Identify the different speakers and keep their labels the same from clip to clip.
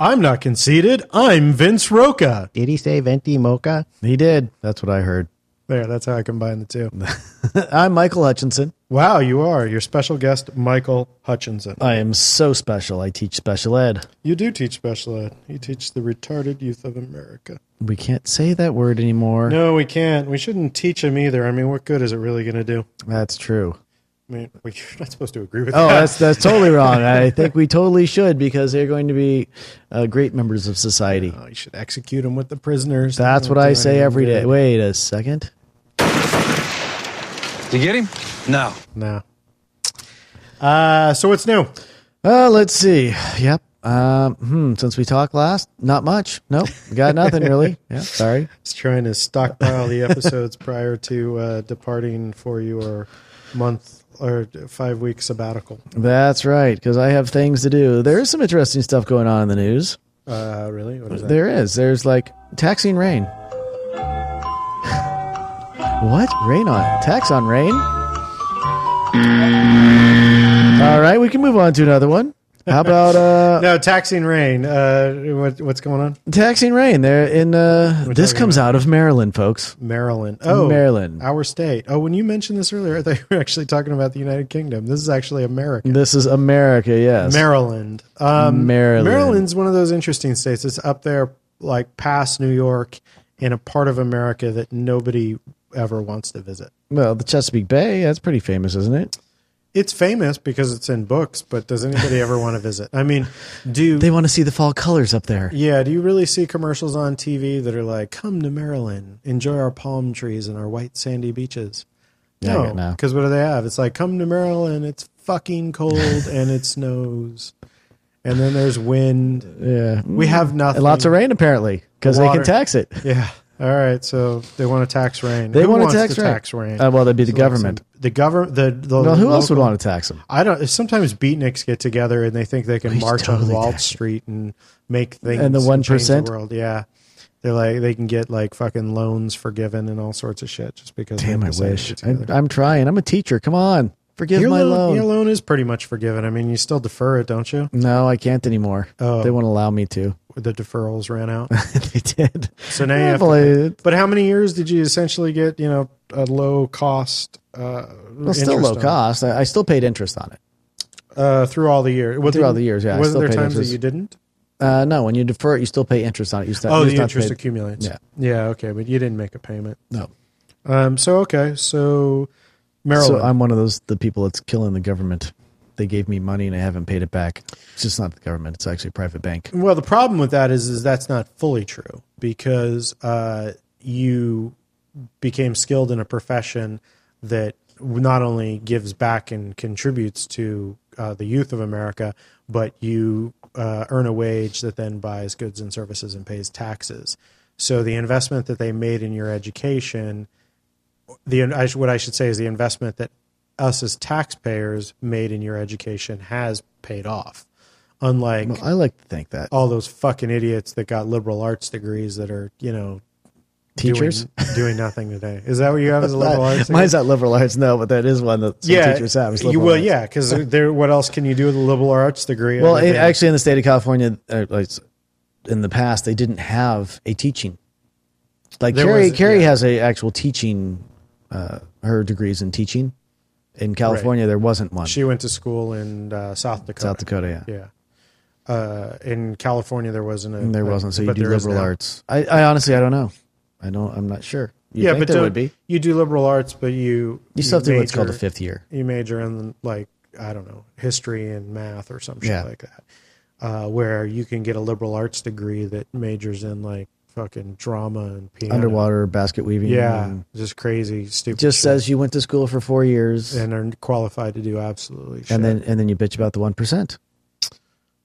Speaker 1: I'm not conceited. I'm Vince Roca.
Speaker 2: Did he say venti mocha?
Speaker 3: He did. That's what I heard.
Speaker 1: There, that's how I combine the two.
Speaker 3: I'm Michael Hutchinson.
Speaker 1: Wow, you are your special guest, Michael Hutchinson.
Speaker 3: I am so special. I teach special ed.
Speaker 1: You do teach special ed. You teach the retarded youth of America.
Speaker 3: We can't say that word anymore.
Speaker 1: No, we can't. We shouldn't teach them either. I mean, what good is it really going to do?
Speaker 3: That's true.
Speaker 1: I mean, we- you're not supposed to agree with
Speaker 3: Oh,
Speaker 1: that.
Speaker 3: that's that's totally wrong. I think we totally should because they're going to be uh, great members of society.
Speaker 1: Oh, you should execute them with the prisoners.
Speaker 3: That's
Speaker 1: They don't
Speaker 3: what I
Speaker 1: do
Speaker 3: say
Speaker 1: anything
Speaker 3: every
Speaker 1: good.
Speaker 3: day. Wait a second.
Speaker 4: Did you get him? No.
Speaker 1: No. Uh, so what's new?
Speaker 3: Uh, let's see. Yep. Um, hmm, since we talked last, not much. Nope. Got nothing really. Yeah. Sorry.
Speaker 1: It's trying to stockpile the episodes prior to uh, departing for your month or five week sabbatical.
Speaker 3: That's right. Because I have things to do. There is some interesting stuff going on in the news.
Speaker 1: Uh, really? What is that?
Speaker 3: There is. There's like taxing rain. what? Rain on tax on rain? All right, we can move on to another one. How about uh
Speaker 1: No, taxing rain. Uh, what, what's going on?
Speaker 3: taxing rain? There in uh this
Speaker 1: talking
Speaker 3: comes out of Maryland, folks.
Speaker 1: Maryland. Oh,
Speaker 3: Maryland.
Speaker 1: Our state. Oh, when you mentioned this earlier, I thought you were actually talking about the United Kingdom. This is actually America.
Speaker 3: This is America, yes.
Speaker 1: Maryland. Um,
Speaker 3: Maryland.
Speaker 1: Maryland's one of those interesting states. It's up there, like past New York, in a part of America that nobody ever wants to visit.
Speaker 3: well, the Chesapeake Bay, that's pretty famous, isn't it?
Speaker 1: It's famous because it's in books, but does anybody ever want to visit? I mean, do
Speaker 3: They want to see the fall colors up there.
Speaker 1: yeah? Do you really see commercials on TV that are like, "Come to Maryland, enjoy our palm trees and our white sandy beaches"?
Speaker 3: Yeah, I get
Speaker 1: No,
Speaker 3: now.
Speaker 1: because what do they have? It's like, "Come to Maryland, it's fucking cold and it snows, and then there's wind.
Speaker 3: Yeah.
Speaker 1: We have nothing.
Speaker 3: And Mm, lots of rain apparently because
Speaker 1: The
Speaker 3: they can
Speaker 1: water-
Speaker 3: tax it.
Speaker 1: Yeah. All right. So they want to tax rain.
Speaker 3: They
Speaker 1: Who
Speaker 3: want
Speaker 1: wants
Speaker 3: to tax rain.
Speaker 1: rain?
Speaker 3: Uh, well, that'd be the
Speaker 1: So that's
Speaker 3: government.
Speaker 1: in- The government. The, the
Speaker 3: Well, who else would
Speaker 1: local-
Speaker 3: want to tax them?
Speaker 1: I don't. Sometimes beatniks get together and they think they can
Speaker 3: He's
Speaker 1: march on
Speaker 3: totally
Speaker 1: Wall
Speaker 3: taxing.
Speaker 1: Street and make things
Speaker 3: And the
Speaker 1: change
Speaker 3: 1%?
Speaker 1: world. Yeah, they're like they can get like fucking loans forgiven and all sorts of shit just because.
Speaker 3: Damn,
Speaker 1: they
Speaker 3: I
Speaker 1: decided
Speaker 3: wish.
Speaker 1: to
Speaker 3: I,
Speaker 1: get together.
Speaker 3: I'm trying. I'm a teacher. Come on, forgive
Speaker 1: your
Speaker 3: my
Speaker 1: loan,
Speaker 3: loan.
Speaker 1: Your loan is pretty much forgiven. I mean, you still defer it, don't you?
Speaker 3: No, I can't anymore.
Speaker 1: Oh.
Speaker 3: They won't allow me to.
Speaker 1: The deferrals ran out,
Speaker 3: they did.
Speaker 1: so now you
Speaker 3: I
Speaker 1: have. To,
Speaker 3: believe it.
Speaker 1: but how many years did you essentially get? You know, a low cost. Uh,
Speaker 3: Well, still
Speaker 1: interest
Speaker 3: low
Speaker 1: on it?
Speaker 3: cost. I, I still paid interest on it.
Speaker 1: uh, through all the years.
Speaker 3: Through all the years, yeah, I
Speaker 1: Wasn't
Speaker 3: still
Speaker 1: there
Speaker 3: paid
Speaker 1: times
Speaker 3: interest.
Speaker 1: that you didn't?
Speaker 3: Uh, no, when you defer it, you still pay interest on it. You still,
Speaker 1: Oh, the
Speaker 3: you still
Speaker 1: interest
Speaker 3: paid-
Speaker 1: accumulates.
Speaker 3: Yeah.
Speaker 1: Yeah. Okay, but you didn't make a payment.
Speaker 3: No.
Speaker 1: Um. So okay. So Maryland.
Speaker 3: So I'm one of those the people that's killing the government. They gave me money and I haven't paid it back. It's just not the government. It's actually a private bank.
Speaker 1: well, the problem with that is, is that's not fully true because uh, you became skilled in a profession that not only gives back and contributes to uh, the youth of America, but you uh, earn a wage that then buys goods and services and pays taxes. So the investment that they made in your education the I sh- what I should say is the investment that us as taxpayers made in your education has paid off. Unlike
Speaker 3: Well, I like to think that
Speaker 1: all those fucking idiots that got liberal arts degrees that are you know doing-
Speaker 3: teachers.
Speaker 1: doing, nothing today. Is that what you have as a liberal arts? degree?
Speaker 3: Mine's not liberal arts, no, but that is one that some
Speaker 1: yeah,
Speaker 3: teachers have. is
Speaker 1: you-
Speaker 3: liberal
Speaker 1: well,
Speaker 3: arts.
Speaker 1: yeah, because there. What else can you do with a liberal arts degree?
Speaker 3: Well,
Speaker 1: other
Speaker 3: it,
Speaker 1: than-
Speaker 3: actually, in the state of California, uh, like, in the past, they didn't have a teaching. Like
Speaker 1: There
Speaker 3: Carrie,
Speaker 1: was-
Speaker 3: Carrie
Speaker 1: yeah.
Speaker 3: has a actual teaching. Uh, her degrees in teaching. In California, there wasn't one.
Speaker 1: she went to school in uh, South Dakota.
Speaker 3: South Dakota, yeah.
Speaker 1: Yeah. Uh, in California, there wasn't a.
Speaker 3: And there wasn't. So you
Speaker 1: but
Speaker 3: do
Speaker 1: there is
Speaker 3: liberal
Speaker 1: now.
Speaker 3: arts. I, I honestly, I don't know. I don't. I'm not sure. You
Speaker 1: yeah,
Speaker 3: think
Speaker 1: but
Speaker 3: there
Speaker 1: don't-
Speaker 3: would be.
Speaker 1: You do liberal arts, but you
Speaker 3: You still have to do what's called a
Speaker 1: major-
Speaker 3: fifth year.
Speaker 1: You major in like I don't know history and math or some shit
Speaker 3: Yeah.
Speaker 1: like that, uh, where you can get a liberal arts degree that majors in like fucking drama and piano.
Speaker 3: Underwater basket weaving.
Speaker 1: Yeah,
Speaker 3: and
Speaker 1: just crazy, stupid.
Speaker 3: Just
Speaker 1: shit.
Speaker 3: says you went to school for four years, and,
Speaker 1: and are qualified to do absolutely. Shit.
Speaker 3: then and then you bitch about the one percent.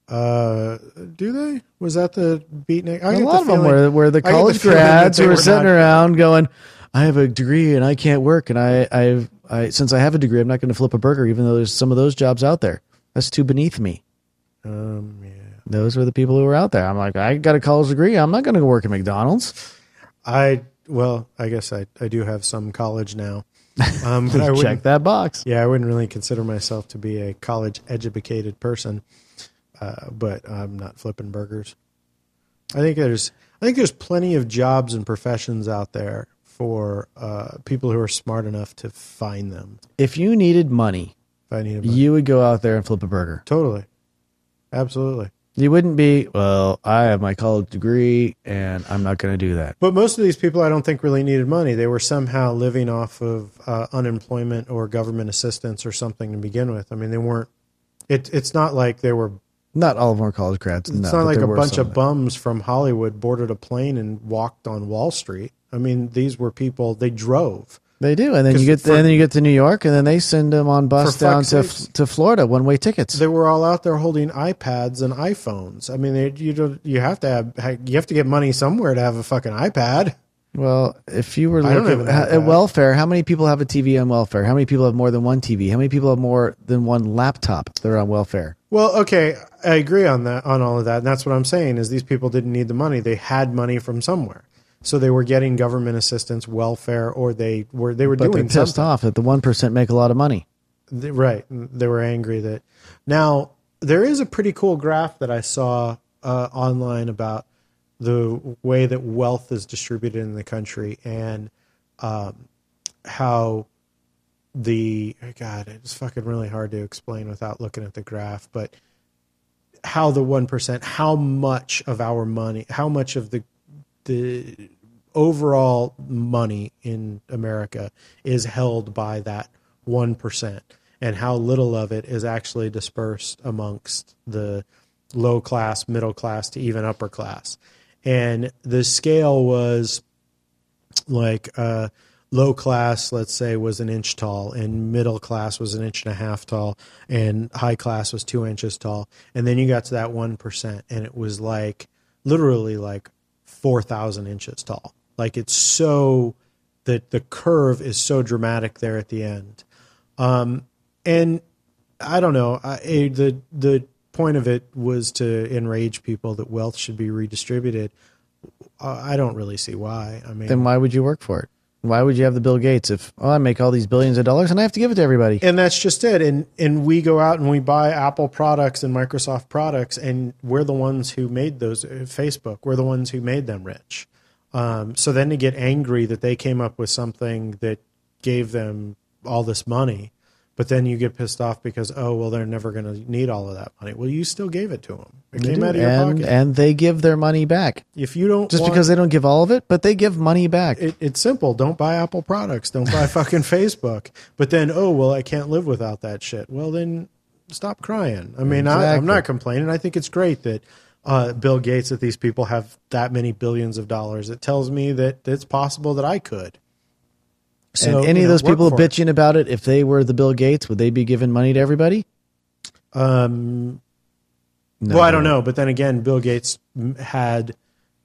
Speaker 1: uh, do they? Was that the beatnik? I
Speaker 3: A
Speaker 1: get
Speaker 3: lot
Speaker 1: the
Speaker 3: of them
Speaker 1: feeling-
Speaker 3: were, were
Speaker 1: I
Speaker 3: the
Speaker 1: get the
Speaker 3: college
Speaker 1: feeling that
Speaker 3: grads
Speaker 1: they
Speaker 3: who were
Speaker 1: were
Speaker 3: sitting
Speaker 1: not-
Speaker 3: around going, "I have a degree and I can't work, and I, I've, I, since I have a degree, I'm not going to flip a burger, even though there's some of those jobs out there. That's too beneath me."
Speaker 1: Um, yeah.
Speaker 3: Those were the people who were out there. I'm like, I got a college degree. I'm not going to work at McDonald's.
Speaker 1: I well, I guess I, I do have some college now. Um, but I wouldn't-
Speaker 3: Check that box.
Speaker 1: Yeah, I wouldn't really consider myself to be a college educated person, uh, but I'm not flipping burgers. I think there's I think there's plenty of jobs and professions out there for uh, people who are smart enough to find them.
Speaker 3: If you needed money,
Speaker 1: If I need a
Speaker 3: you would go out there and flip a burger.
Speaker 1: totally, absolutely.
Speaker 3: You wouldn't be, well, I have my college degree and I'm not going to do that.
Speaker 1: But most of these people, I don't think, really needed money. They were somehow living off of uh, unemployment or government assistance or something to begin with. I mean, they weren't. It, it's not like they were.
Speaker 3: Not all of our college grads.
Speaker 1: It's not like a bunch of bums from Hollywood boarded a plane and walked on Wall Street. I mean, these were people. They drove.
Speaker 3: They do, and then you
Speaker 1: 'Cause
Speaker 3: get
Speaker 1: for-
Speaker 3: and then you get to New York, and then they send them on bus
Speaker 1: For
Speaker 3: down
Speaker 1: fuck's
Speaker 3: to
Speaker 1: sakes.
Speaker 3: to Florida, one way tickets.
Speaker 1: They were all out there holding iPads and iPhones. I mean, they, you don't. You have to have. You have to get money somewhere to have a fucking iPad.
Speaker 3: Well, if you were
Speaker 1: I don't
Speaker 3: looking
Speaker 1: have an
Speaker 3: at,
Speaker 1: iPad.
Speaker 3: at welfare, how many people have a TV on welfare? How many people have more than one TV? How many people have more than one laptop that are on welfare?
Speaker 1: Well, okay, I agree on that on all of that. And that's what I'm saying is these people didn't need the money. They had money from somewhere. So they were getting government assistance, welfare, or they were they were
Speaker 3: But they're
Speaker 1: doing
Speaker 3: pissed
Speaker 1: something.
Speaker 3: off that the one percent make a lot of money.
Speaker 1: They- right. They were angry that now there is a pretty cool graph that I saw uh, online about the way that wealth is distributed in the country and um, how the God, it's fucking really hard to explain without looking at the graph, but how the one percent, how much of our money, how much of the the overall money in America is held by that one percent, and how little of it is actually dispersed amongst the low class, middle class, to even upper class. And the scale was like uh, low class, let's say, was an inch tall, and middle class was an inch and a half tall, and high class was two inches tall. And then you got to that 1%, and it was like literally like 4,000 inches tall. Like it's so, the, the curve is so dramatic there at the end Um, and I don't know. I, eh, the the point of it was to enrage people that wealth should be redistributed. Uh, I don't really see why. I mean,
Speaker 3: Then why would you work for it? Why would you have the Bill Gates if oh, I make all these billions of dollars and I have to give it to everybody?
Speaker 1: and that's just it. And and we go out and we buy Apple products and Microsoft products, and we're the ones who made those. eh, Facebook, we're the ones who made them rich. Um, so then to get angry that they came up with something that gave them all this money, but then you get pissed off because oh well they're never going to need all of that money. Well, you still gave it to them. It
Speaker 3: They
Speaker 1: came
Speaker 3: do.
Speaker 1: out of your
Speaker 3: and
Speaker 1: pocket.
Speaker 3: and they give their money back
Speaker 1: if you don't
Speaker 3: just
Speaker 1: want-
Speaker 3: because they don't give all of it, but they give money back.
Speaker 1: it, it's simple. Don't buy Apple products. Don't buy fucking Facebook. But then, oh well, I can't live without that shit. Well, then stop crying. I mean, I, I'm
Speaker 3: Exactly.
Speaker 1: not complaining. I think it's great that uh, Bill Gates that these people have that many billions of dollars. It tells me that it's possible that I could. So,
Speaker 3: and any
Speaker 1: you
Speaker 3: of
Speaker 1: know,
Speaker 3: those
Speaker 1: work
Speaker 3: people
Speaker 1: for it.
Speaker 3: bitching about it, if they were the Bill Gates, would they be giving money to everybody? Um,
Speaker 1: well, I don't know, but then again, Bill Gates m- had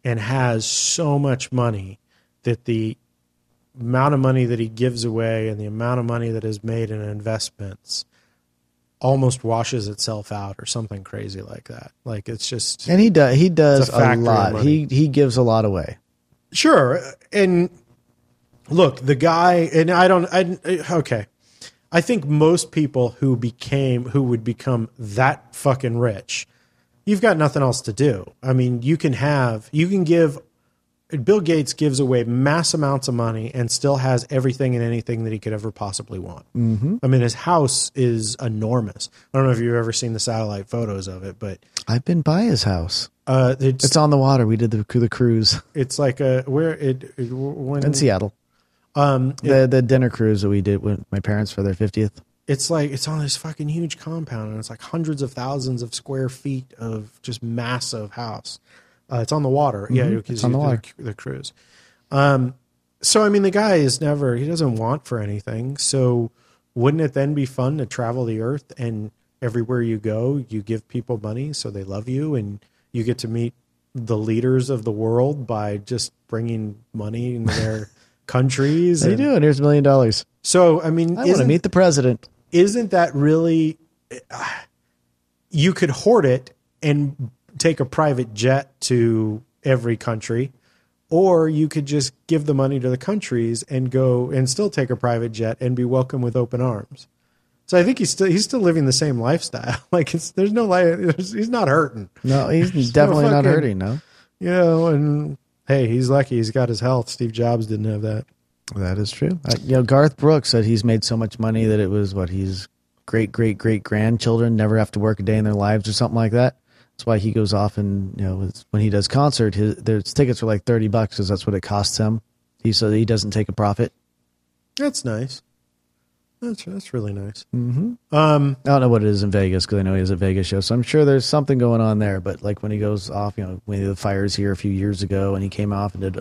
Speaker 1: and has so much money that the amount of money that he gives away and the amount of money that is made in investments almost washes itself out or something crazy like that. Like it's just
Speaker 3: And he does. He does
Speaker 1: It's a
Speaker 3: a,
Speaker 1: factory
Speaker 3: lot.
Speaker 1: money.
Speaker 3: He he gives a lot away.
Speaker 1: sure and look the guy and i don't i okay i think most people who became who would become that fucking rich you've got nothing else to do i mean you can have you can give bill gates gives away mass amounts of money and still has everything and anything that he could ever possibly want mm-hmm. i mean his house is enormous i don't know if you've ever seen the satellite photos of it but
Speaker 3: I've been by his house.
Speaker 1: uh, it's,
Speaker 3: It's on the water. We did the the cruise
Speaker 1: it's like a where it, it when
Speaker 3: in Seattle. Um, the the dinner cruise that we did with my parents for their fiftieth.
Speaker 1: it's like it's on this fucking huge compound and it's like hundreds of thousands of square feet of just massive house uh, it's on the water yeah because
Speaker 3: Mm-hmm. on
Speaker 1: you did
Speaker 3: the water.
Speaker 1: the, the cruise um, so i mean the guy is never he doesn't want for anything so wouldn't it then be fun to travel the earth and everywhere you go you give people money so they love you and you get to meet the leaders of the world by just bringing money into their countries
Speaker 3: How you
Speaker 1: and-
Speaker 3: doing? Here's a million dollars.
Speaker 1: so i mean
Speaker 3: I want to
Speaker 1: isn't
Speaker 3: meet the president.
Speaker 1: isn't that really you could hoard it and take a private jet to every country or you could just give the money to the countries and go and still take a private jet and be welcomed with open arms so i think he's still he's still living the same lifestyle like it's there's no life he's not hurting
Speaker 3: No, he's
Speaker 1: no
Speaker 3: definitely not
Speaker 1: fucking-
Speaker 3: hurting. No,
Speaker 1: you know, and hey, he's lucky he's got his health. Steve Jobs didn't have that.
Speaker 3: That is true. Uh, you know, Garth Brooks said he's made so much money that it was what his great great great grandchildren never have to work a day in their lives or something like that. That's why he goes off and you know it's- when he does concert, his there's tickets are like thirty bucks because that's what it costs him. He so he doesn't take a profit.
Speaker 1: That's nice. That's that's really nice. Um,
Speaker 3: I don't know what it is in Vegas because I know he has a Vegas show, so I'm sure there's something going on there. But like when he goes off, you know, when the fires here a few years ago, and he came off and did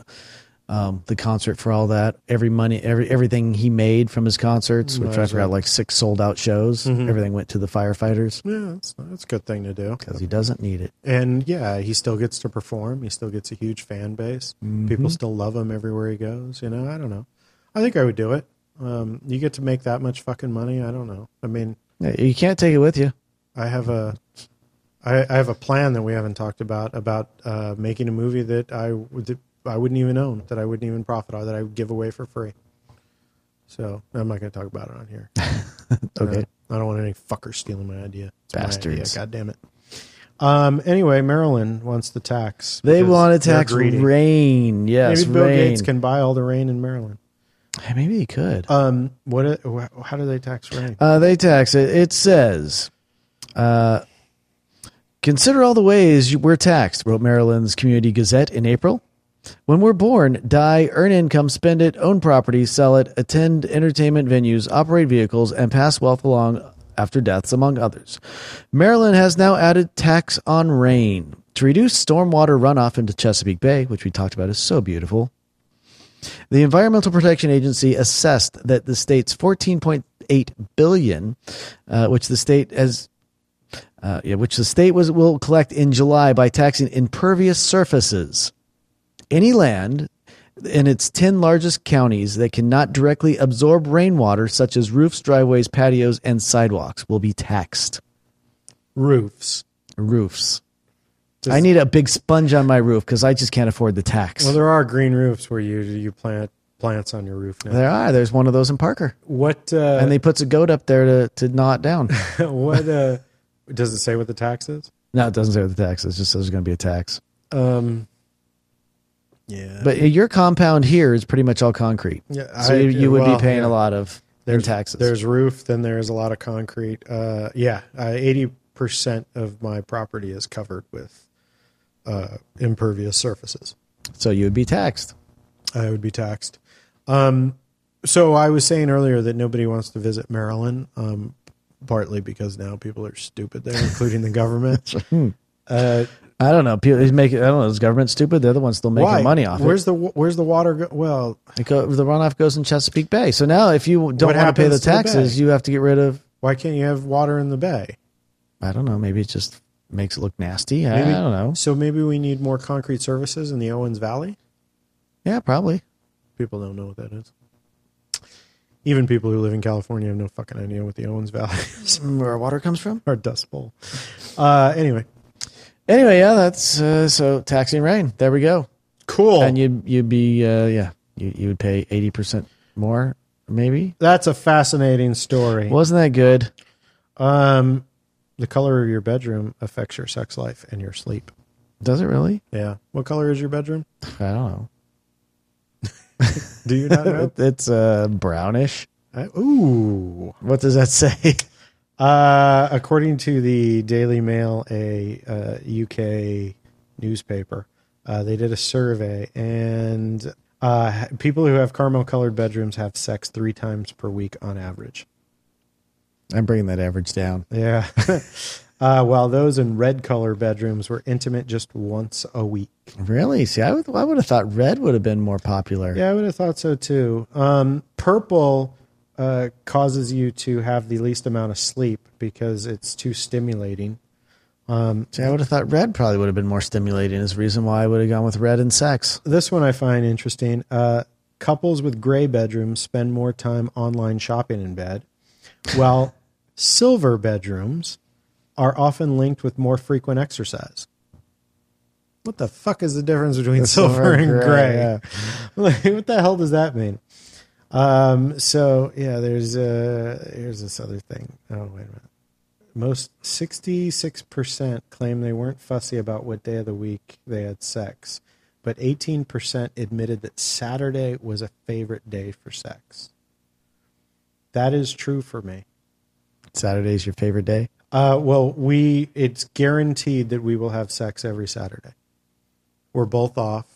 Speaker 3: um, the concert for all that, every money, every everything he made from his concerts, which I forgot, like six sold out shows,
Speaker 1: Mm-hmm.
Speaker 3: everything went to the firefighters
Speaker 1: Yeah, that's that's a good thing to do.
Speaker 3: because he doesn't need it.
Speaker 1: And yeah, he still gets to perform. He still gets a huge fan base. People still love him everywhere he goes. You know, I don't know. I think I would do it. Um, you get to make that much fucking money. I don't know. I mean,
Speaker 3: Yeah, You can't take it with you.
Speaker 1: I have a, I, I have a plan that we haven't talked about about uh, making a movie that I would that I wouldn't even own, that I wouldn't even profit on, that I would give away for free. So I'm not going to talk about it on here.
Speaker 3: Okay.
Speaker 1: I don't want any fuckers stealing my idea. It's my
Speaker 3: Bastards.
Speaker 1: idea, God damn it. Um, anyway, Maryland wants to tax.
Speaker 3: They
Speaker 1: because
Speaker 3: want to
Speaker 1: they're
Speaker 3: tax
Speaker 1: greedy.
Speaker 3: rain. Yes,
Speaker 1: Maybe Bill
Speaker 3: rain.
Speaker 1: Gates can buy all the rain in Maryland.
Speaker 3: Hey, Maybe he could.
Speaker 1: Um, what? wh- How do they tax rain?
Speaker 3: Uh, they tax it. It says, uh, consider all the ways you- we're taxed, wrote Maryland's Community Gazette in April. When we're born, die, earn income, spend it, own property, sell it, attend entertainment venues, operate vehicles, and pass wealth along after deaths, among others. Maryland has now added tax on rain to reduce stormwater runoff into Chesapeake Bay, which we talked about is so beautiful. The Environmental Protection Agency assessed that the state's 14.8 billion, uh, which the state has, uh, yeah, which the state was will collect in July by taxing impervious surfaces, any land in its 10 largest counties that cannot directly absorb rainwater, such as roofs, driveways, patios, and sidewalks, will be taxed.
Speaker 1: Roofs.
Speaker 3: Roofs.
Speaker 1: Does-
Speaker 3: I need a big sponge on my roof because I just can't afford the tax.
Speaker 1: Well, there are green roofs where you you plant plants on your roof now.
Speaker 3: there are. There's one of those in Parker.
Speaker 1: What? Uh,
Speaker 3: and they puts a goat up there to to gnaw it down.
Speaker 1: what uh does it say what the tax is
Speaker 3: no, it doesn't say what the tax. is. It just says there's going to be a tax.
Speaker 1: um yeah
Speaker 3: But your compound here is pretty much all concrete.
Speaker 1: Yeah,
Speaker 3: so
Speaker 1: I-
Speaker 3: you, you would
Speaker 1: well,
Speaker 3: be paying
Speaker 1: yeah.
Speaker 3: a lot of their
Speaker 1: there's
Speaker 3: taxes.
Speaker 1: there's roof then there's a lot of concrete uh yeah uh, 80% of my property is covered with uh impervious surfaces
Speaker 3: so you would be taxed.
Speaker 1: i would be taxed um so i was saying earlier that nobody wants to visit maryland um partly because now people are stupid there including the government uh
Speaker 3: I don't know. People they make it, I don't know. Is government stupid? They're the ones still making
Speaker 1: why
Speaker 3: money off
Speaker 1: where's the wa- where's the water go- well
Speaker 3: it. it go, the runoff goes in Chesapeake Bay. So now, if you don't
Speaker 1: What
Speaker 3: want to pay the
Speaker 1: happens to the
Speaker 3: taxes,
Speaker 1: bay?
Speaker 3: you have to get rid of.
Speaker 1: why can't you have water in the bay
Speaker 3: I don't know. Maybe it just makes it look nasty. I,
Speaker 1: Maybe-
Speaker 3: I don't know.
Speaker 1: So maybe we need more concrete services in the Owens Valley.
Speaker 3: Yeah, probably.
Speaker 1: People don't know what that is. Even people who live in California have no fucking idea what the Owens Valley is
Speaker 3: Where our water comes from.
Speaker 1: or Dust Bowl. Uh, anyway,
Speaker 3: Anyway, yeah, that's uh, so taxing rain. There we go.
Speaker 1: cool.
Speaker 3: and you'd you'd be uh, yeah you, you would pay eighty percent more maybe
Speaker 1: That's a fascinating story.
Speaker 3: wasn't that good
Speaker 1: Um, the color of your bedroom affects your sex life and your sleep.
Speaker 3: does it really
Speaker 1: Yeah. What color is your bedroom?
Speaker 3: I don't know
Speaker 1: Do you not know?
Speaker 3: It- it's uh, brownish
Speaker 1: I, Uh, ooh.
Speaker 3: what does that say
Speaker 1: Uh, according to the Daily Mail, a uh, UK newspaper, uh, they did a survey, and uh, people who have caramel colored bedrooms have sex three times per week on average.
Speaker 3: I'm bringing that average down
Speaker 1: Yeah. uh, while those in red color bedrooms were intimate just once a week.
Speaker 3: really see I would I would have thought red would have been more popular
Speaker 1: Yeah, I would have thought so too. Um, purple uh, causes you to have the least amount of sleep because it's too stimulating.
Speaker 3: see I would have thought red probably would have been more stimulating is the reason why I would have gone with red and sex
Speaker 1: this one I find interesting. Uh, couples with gray bedrooms spend more time online shopping in bed, while silver bedrooms are often linked with more frequent exercise. What the fuck is the difference between silver,
Speaker 3: silver
Speaker 1: and
Speaker 3: and
Speaker 1: gray?
Speaker 3: gray,
Speaker 1: Like, what the hell does that mean? Um, so yeah, there's uh, here's this other thing. Oh wait a minute. Most 66% claim they weren't fussy about what day of the week they had sex, but 18% admitted that Saturday was a favorite day for sex. That is true for me.
Speaker 3: Saturday's your favorite day.
Speaker 1: Uh, well, we it's guaranteed that we will have sex every Saturday. We're both off.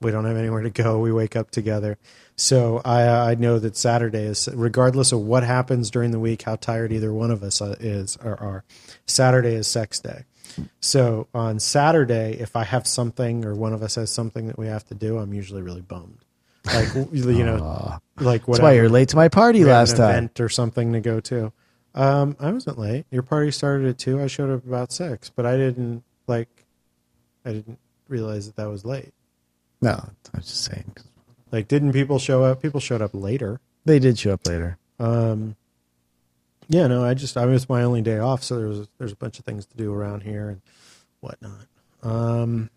Speaker 1: We don't have anywhere to go. We wake up together. So I, I know that Saturday is, regardless of what happens during the week, how tired either one of us uh, is or are, Saturday is sex day. So on Saturday, if I have something or one of us has something that we have to do, I'm usually really bummed. Like, you know, like
Speaker 3: Ah. That's
Speaker 1: whatever
Speaker 3: why you're late to my party
Speaker 1: we had
Speaker 3: last
Speaker 1: an
Speaker 3: time.
Speaker 1: event or something to go to. Um, I wasn't late. Your party started at two. I showed up about six, but I didn't like. I didn't realize that that was late.
Speaker 3: No, I was just saying.
Speaker 1: Like, didn't people show up? People showed up later.
Speaker 3: They did show up later.
Speaker 1: Yeah, no, I just I was my only day off, so there's there's a bunch of things to do around here and whatnot. Um,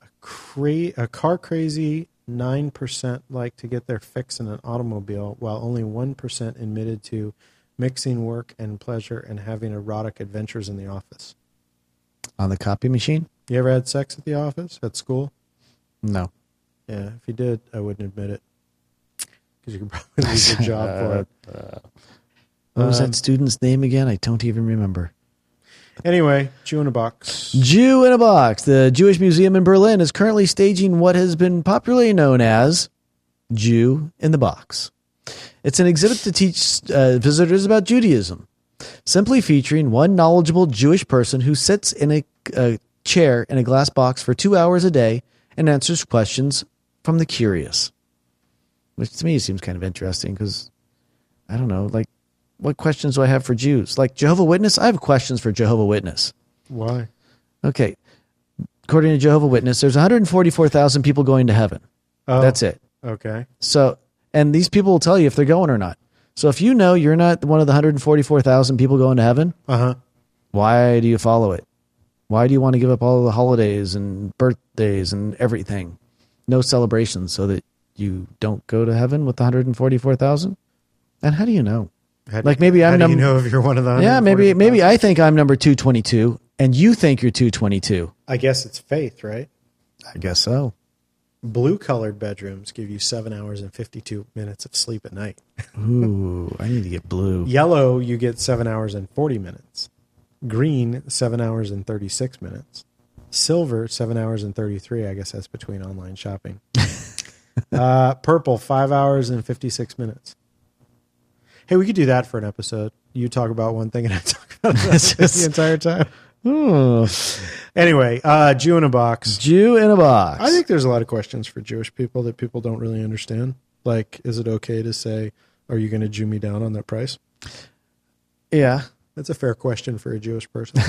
Speaker 1: a cra- a car crazy nine percent like to get their fix in an automobile, while only one percent admitted to mixing work and pleasure and having erotic adventures in the office.
Speaker 3: On the copy machine?
Speaker 1: You ever had sex at the office at school?
Speaker 3: No.
Speaker 1: Yeah, if you did, I wouldn't admit it because you could probably lose your job for it.
Speaker 3: What
Speaker 1: Um,
Speaker 3: was that student's name again? I don't even remember.
Speaker 1: Anyway, Jew in a box.
Speaker 3: Jew in a Box. The Jewish Museum in Berlin is currently staging what has been popularly known as Jew in the Box. It's an exhibit to teach uh, visitors about Judaism, simply featuring one knowledgeable Jewish person who sits in a, a chair in a glass box for two hours a day and answers questions from the curious. Which to me seems kind of interesting because I don't know, like, what questions do I have for Jews? Like Jehovah Witness, I have questions for Jehovah Witness.
Speaker 1: Why?
Speaker 3: Okay. According to Jehovah Witness, there's 144,000 people going to heaven.
Speaker 1: Oh,
Speaker 3: That's it.
Speaker 1: Okay.
Speaker 3: So, and these people will tell you if they're going or not. So if you know you're not one of the 144,000 people going to heaven,
Speaker 1: Uh huh.
Speaker 3: why do you follow it? Why do you want to give up all the holidays and birthdays and everything? No celebrations so that you don't go to heaven with the 144,000? And how do you know?
Speaker 1: How do
Speaker 3: Like,
Speaker 1: you-
Speaker 3: maybe
Speaker 1: how
Speaker 3: I'm
Speaker 1: do you
Speaker 3: num-
Speaker 1: know if you're one of the
Speaker 3: Yeah, maybe
Speaker 1: 144,000?
Speaker 3: maybe I think I'm number 222 and you think you're 222.
Speaker 1: I guess it's faith, right?
Speaker 3: I guess so.
Speaker 1: Blue colored bedrooms give you seven hours and fifty two minutes of sleep at night.
Speaker 3: Ooh, I need to get blue.
Speaker 1: Yellow, you get seven hours and forty minutes. Green, seven hours and thirty six minutes. Silver, seven hours and thirty three. I guess that's between online shopping. uh, purple, five hours and fifty six minutes. Hey, we could do that for an episode. You talk about one thing and I talk about another the entire time.
Speaker 3: Hmm.
Speaker 1: Anyway, uh, Jew in a box.
Speaker 3: Jew in a box.
Speaker 1: I think there's a lot of questions for Jewish people that people don't really understand. Like, is it okay to say, "Are you going to Jew me down on that price?"
Speaker 3: yeah,
Speaker 1: That's a fair question for a Jewish person.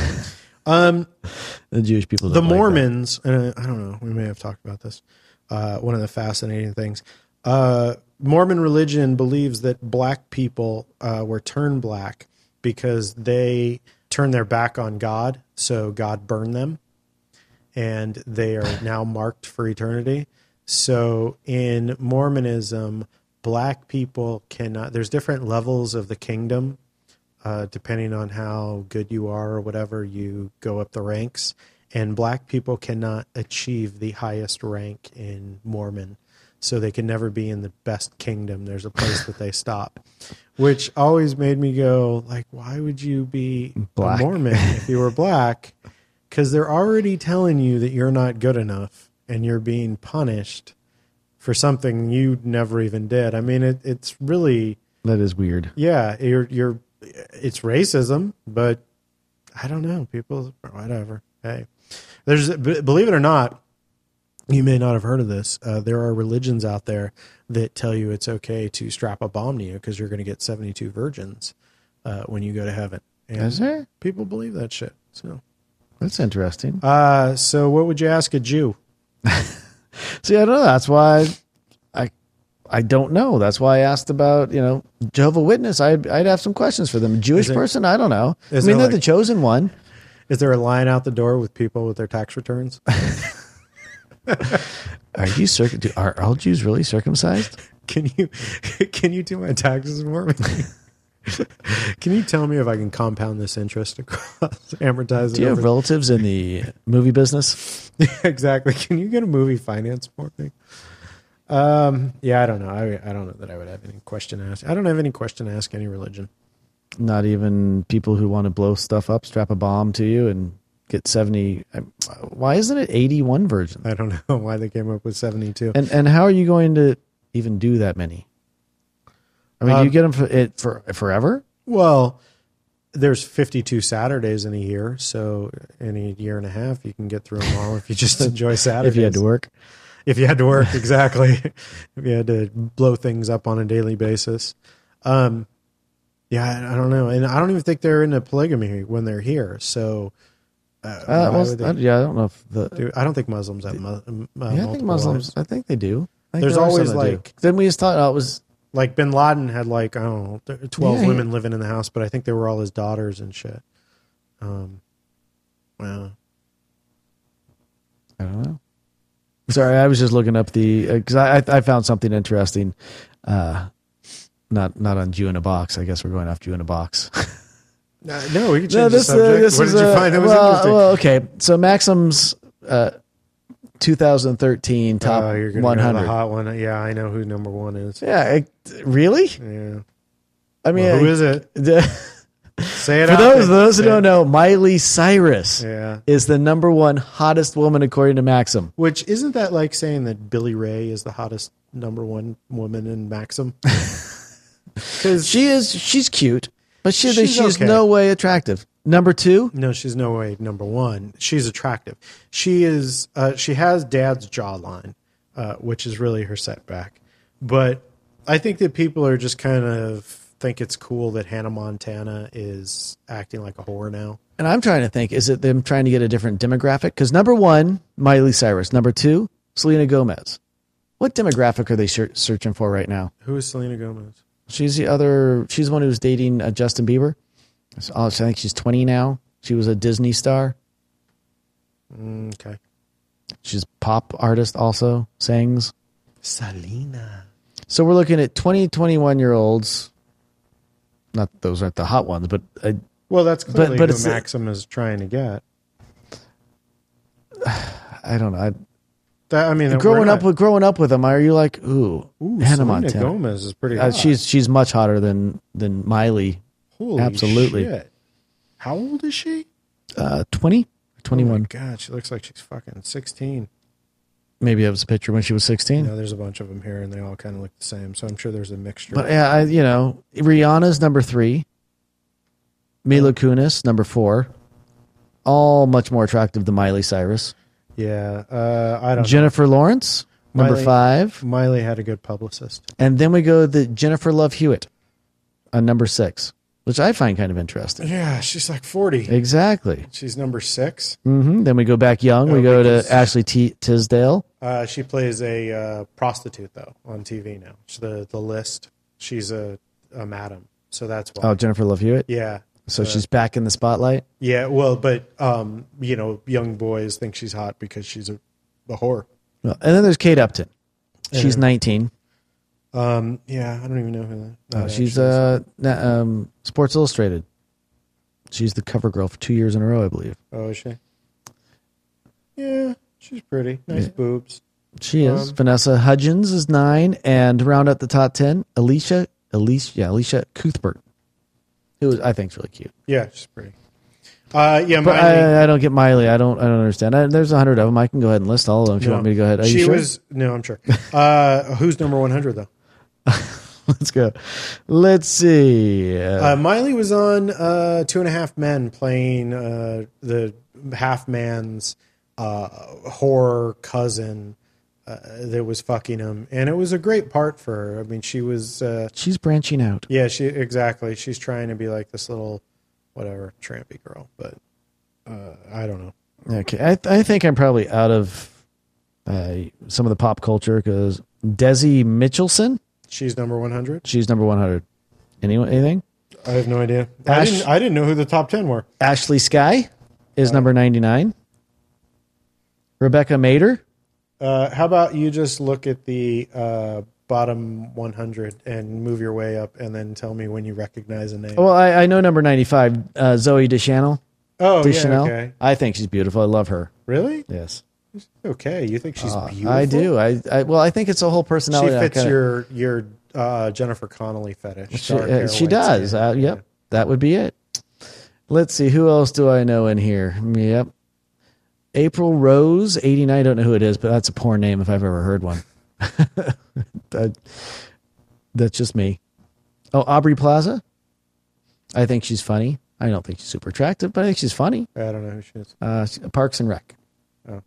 Speaker 3: the Jewish people.
Speaker 1: the
Speaker 3: don't like
Speaker 1: Mormons, and uh, I I don't know, we may have talked about this. Uh, one of the fascinating things, uh, Mormon religion believes that black people uh, were turned black because they turned their back on God, so God burned them, and they are now marked for eternity. So in Mormonism, black people cannot. There's different levels of the kingdom uh, depending on how good you are or whatever, you go up the ranks. And black people cannot achieve the highest rank in Mormon. So they can never be in the best kingdom. There's a place that they stop, which always made me go, like, why would you be
Speaker 3: Black.
Speaker 1: a Mormon if you were black? Because they're already telling you that you're not good enough and you're being punished for something you never even did. I mean, it, it's really
Speaker 3: That is weird.
Speaker 1: yeah, you're you're it's racism, but I don't know, people whatever. Hey. There's b- believe it or not, you may not have heard of this. Uh, there are religions out there that tell you it's okay to strap a bomb to you because you're going to get 72 virgins uh, when you go to heaven. And
Speaker 3: Is there?
Speaker 1: People believe that shit. So,
Speaker 3: That's interesting.
Speaker 1: uh, so what would you ask a Jew?
Speaker 3: See, I don't know. That's why I, I don't know. That's why I asked about you know Jehovah Witness. I'd I'd have some questions for them. Jewish
Speaker 1: it-
Speaker 3: person, I don't know. I
Speaker 1: is
Speaker 3: mean,
Speaker 1: it
Speaker 3: they're
Speaker 1: like-
Speaker 3: the chosen one.
Speaker 1: Is there a line out the door with people with their tax returns?
Speaker 3: Are you circ- Are all Jews really circumcised?
Speaker 1: can you can you do my taxes for me? Can you tell me if I can compound this interest across amortize it?
Speaker 3: Do you have
Speaker 1: over-
Speaker 3: relatives in the movie business?
Speaker 1: exactly. Can you get a movie finance for me? Um, yeah, I don't know. I, I don't know that I would have any question to ask. I don't have any question to ask any religion.
Speaker 3: Not even people who want to blow stuff up, strap a bomb to you, and get 70. I'm- Why isn't it 81 versions?
Speaker 1: I don't know why they came up with 72.
Speaker 3: And and how are you going to even do that many? I mean, do
Speaker 1: Um,
Speaker 3: you get them for it for forever?
Speaker 1: Well, there's 52 Saturdays in a year, so in a year and a half, you can get through them all if you just enjoy Saturdays.
Speaker 3: If you had to work,
Speaker 1: if you had to work exactly if you had to blow things up on a daily basis um yeah I- i don't know and i don't even think they're into polygamy when they're here so uh,
Speaker 3: uh,
Speaker 1: why
Speaker 3: well,
Speaker 1: would they
Speaker 3: I- yeah, I don't know if the.
Speaker 1: do- i don't think muslims have mu- m- uh,
Speaker 3: yeah, I think
Speaker 1: multiple
Speaker 3: Muslims.
Speaker 1: wives.
Speaker 3: I think they do. I
Speaker 1: There's
Speaker 3: think there are some
Speaker 1: always,
Speaker 3: that do.
Speaker 1: like-
Speaker 3: Then we just thought oh, it was
Speaker 1: like bin laden had like i don't know th- 12
Speaker 3: Yeah,
Speaker 1: women living in the house but i think they were all his daughters and shit um well
Speaker 3: I don't know. Sorry, I was just looking up the because I, I I found something interesting. Uh, not not on Jew in a box. I guess we're going off Jew in a box.
Speaker 1: uh, no, we can change
Speaker 3: no, this,
Speaker 1: the
Speaker 3: uh,
Speaker 1: subject.
Speaker 3: this
Speaker 1: what
Speaker 3: is
Speaker 1: did you
Speaker 3: uh,
Speaker 1: find that was
Speaker 3: well,
Speaker 1: interesting?
Speaker 3: well, okay. So Maxim's uh, 2013 top
Speaker 1: Oh, you're gonna go to the
Speaker 3: 100.
Speaker 1: hot one. Yeah, I know who number one is.
Speaker 3: Yeah, I, really?
Speaker 1: Yeah.
Speaker 3: I mean,
Speaker 1: Well, who
Speaker 3: I-
Speaker 1: is it?
Speaker 3: the-
Speaker 1: Say it
Speaker 3: for
Speaker 1: out
Speaker 3: those
Speaker 1: there.
Speaker 3: those who
Speaker 1: Say
Speaker 3: don't
Speaker 1: it.
Speaker 3: know, Miley Cyrus
Speaker 1: Yeah.
Speaker 3: is the number one hottest woman according to Maxim.
Speaker 1: Which isn't that like saying that Billy Ray is the hottest number one woman in Maxim? Because
Speaker 3: She is she's cute, but she
Speaker 1: She's
Speaker 3: she's,
Speaker 1: okay.
Speaker 3: no way attractive. Number two,
Speaker 1: no, she's no way number one. She's attractive. She is. Uh, she has dad's jawline, uh, which is really her setback. But I think that people are just kind of think it's cool that Hannah Montana is acting like a whore now.
Speaker 3: and I'm trying to think, is it them trying to get a different demographic? Because number one, Miley Cyrus. Number two, Selena Gomez. What demographic are they ser- searching for right now?
Speaker 1: Who is Selena Gomez?
Speaker 3: She's the other. She's the one who's dating uh, Justin Bieber. So, oh, so I think she's 20 now. She was a Disney star.
Speaker 1: Okay,
Speaker 3: She's a pop artist. Also sings.
Speaker 1: Selena.
Speaker 3: So we're looking at 20, 21 year olds. Not those aren't the hot ones, but uh,
Speaker 1: Well, that's clearly
Speaker 3: but it's-
Speaker 1: who Maxim is trying to get.
Speaker 3: I don't know. I,
Speaker 1: That, I mean,
Speaker 3: growing
Speaker 1: we're
Speaker 3: up
Speaker 1: not-
Speaker 3: with growing up with them, are you like ooh,
Speaker 1: Ooh,
Speaker 3: Hannah
Speaker 1: Selena
Speaker 3: Montana?
Speaker 1: Gomez is pretty.
Speaker 3: Uh,
Speaker 1: hot.
Speaker 3: she's she's much hotter than than Miley.
Speaker 1: Holy
Speaker 3: absolutely.
Speaker 1: shit. How old is she?
Speaker 3: Uh, 20,
Speaker 1: Oh my
Speaker 3: 21.
Speaker 1: God, she looks like she's fucking sixteen.
Speaker 3: Maybe that was a picture when she was 16.
Speaker 1: You know, there's a bunch of them here, and they all kind of look the same. So I'm sure there's a mixture.
Speaker 3: But yeah, I, you know, Rihanna's number three, Mila Kunis number four, all much more attractive than Miley Cyrus.
Speaker 1: yeah, uh, I don't.
Speaker 3: Jennifer Lawrence number
Speaker 1: Miley-
Speaker 3: five,
Speaker 1: know. Miley had a good publicist.
Speaker 3: and then we go to Jennifer Love Hewitt on number six, which I find kind of interesting.
Speaker 1: Yeah, she's like forty. Mm.
Speaker 3: Exactly.
Speaker 1: She's number six.
Speaker 3: hmm Then we go back young.
Speaker 1: Oh,
Speaker 3: We go
Speaker 1: because-
Speaker 3: to Ashley T- Tisdale.
Speaker 1: Uh, she plays a uh, prostitute though on TV now. She's the the list. She's a a madam. So that's why.
Speaker 3: Oh, Jennifer Love Hewitt.
Speaker 1: yeah.
Speaker 3: So she's back in the spotlight.
Speaker 1: Yeah. Well, but um, you know, young boys think she's hot because she's a, a whore.
Speaker 3: Well, And then there's Kate Upton. She's 19.
Speaker 1: Um, yeah, I don't even know who that.
Speaker 3: Uh,
Speaker 1: that
Speaker 3: she's
Speaker 1: actually Oh, is.
Speaker 3: uh, na- um, Sports Illustrated. She's the cover girl for two years in a row, I believe.
Speaker 1: Oh, is she? Yeah, she's pretty. Nice boobs.
Speaker 3: She is.
Speaker 1: Um,
Speaker 3: Vanessa Hudgens is nine, and to round out the top ten, Alicia, Alicia, yeah, Alicia Cuthbert, who is, I think is really cute.
Speaker 1: Yeah, she's pretty. Uh, yeah,
Speaker 3: But
Speaker 1: Miley.
Speaker 3: I, I don't get Miley. I don't. I don't understand. I, there's a hundred of them. I can go ahead and list all of them if you
Speaker 1: no.
Speaker 3: want me to go ahead. Are you
Speaker 1: she
Speaker 3: sure?
Speaker 1: was no, I'm sure. Uh, who's number 100 though?
Speaker 3: Let's go. Let's see. Uh,
Speaker 1: Uh, Miley was on uh, Two and a Half Men playing uh, the half man's uh, horror cousin uh, that was fucking him, and it was a great part for her. I mean, she was. Uh,
Speaker 3: she's branching out.
Speaker 1: Yeah, she exactly. She's trying to be like this little, whatever, trampy girl. But uh, I don't know.
Speaker 3: Okay, I, th- I think I'm probably out of uh, some of the pop culture because Desi Mitchelson,
Speaker 1: She's number one hundred.
Speaker 3: she's number 100. Anyone, anything?
Speaker 1: I have no idea. I
Speaker 3: Ash-
Speaker 1: didn't. I didn't know who the top ten were.
Speaker 3: Ashley Sky
Speaker 1: Oh.
Speaker 3: is number 99. Rebecca Mader.
Speaker 1: Uh, how about you just look at the uh, bottom 100 and move your way up, and then tell me when you recognize a name.
Speaker 3: Well, Oh, I, I know number 95, uh, Zoe Deschanel.
Speaker 1: oh, yeah,
Speaker 3: Deschanel.
Speaker 1: okay.
Speaker 3: I think she's beautiful. I love her.
Speaker 1: Really?
Speaker 3: Yes.
Speaker 1: Okay, you think she's
Speaker 3: Uh,
Speaker 1: beautiful?
Speaker 3: I do. I, I well, I think it's a whole
Speaker 1: She
Speaker 3: personality. I
Speaker 1: fits
Speaker 3: kinda-
Speaker 1: your your uh, Jennifer Connolly fetish.
Speaker 3: She,
Speaker 1: dark hair,
Speaker 3: uh, she
Speaker 1: white
Speaker 3: does.
Speaker 1: skin.
Speaker 3: Uh, yep. That would be it. Let's see. Who else do I know in here? Yep. April Rose, 89. I don't know who it is, but that's a poor name if I've ever heard one. that, that's just me. Oh, Aubrey Plaza. I think she's funny. I don't think she's super attractive, but I think she's funny.
Speaker 1: I don't know who she is.
Speaker 3: Uh, she- Parks and Rec.
Speaker 1: Oh.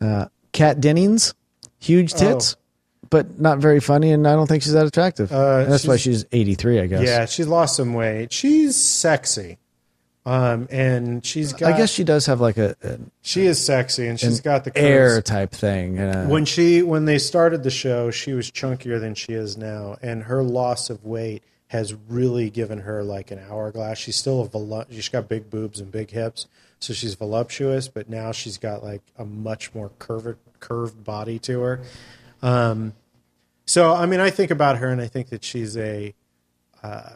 Speaker 3: Uh, Kat Dennings, huge
Speaker 1: Oh.
Speaker 3: tits, but not very funny, and I don't think she's that attractive.
Speaker 1: Uh,
Speaker 3: And that's why
Speaker 1: she's-
Speaker 3: she's 83, I guess.
Speaker 1: Yeah, she's lost some weight. She's sexy, um, and she's got.
Speaker 3: I guess she does have like a an
Speaker 1: she is sexy, and she's got the curves.
Speaker 3: air type thing. uh,
Speaker 1: When she when they started the show, she was chunkier than she is now, and her loss of weight has really given her like an hourglass. She's still a volu- she's got big boobs and big hips, so she's voluptuous, but now she's got like a much more curved curved body to her. Um, so I mean, I think about her, and I think that she's a uh,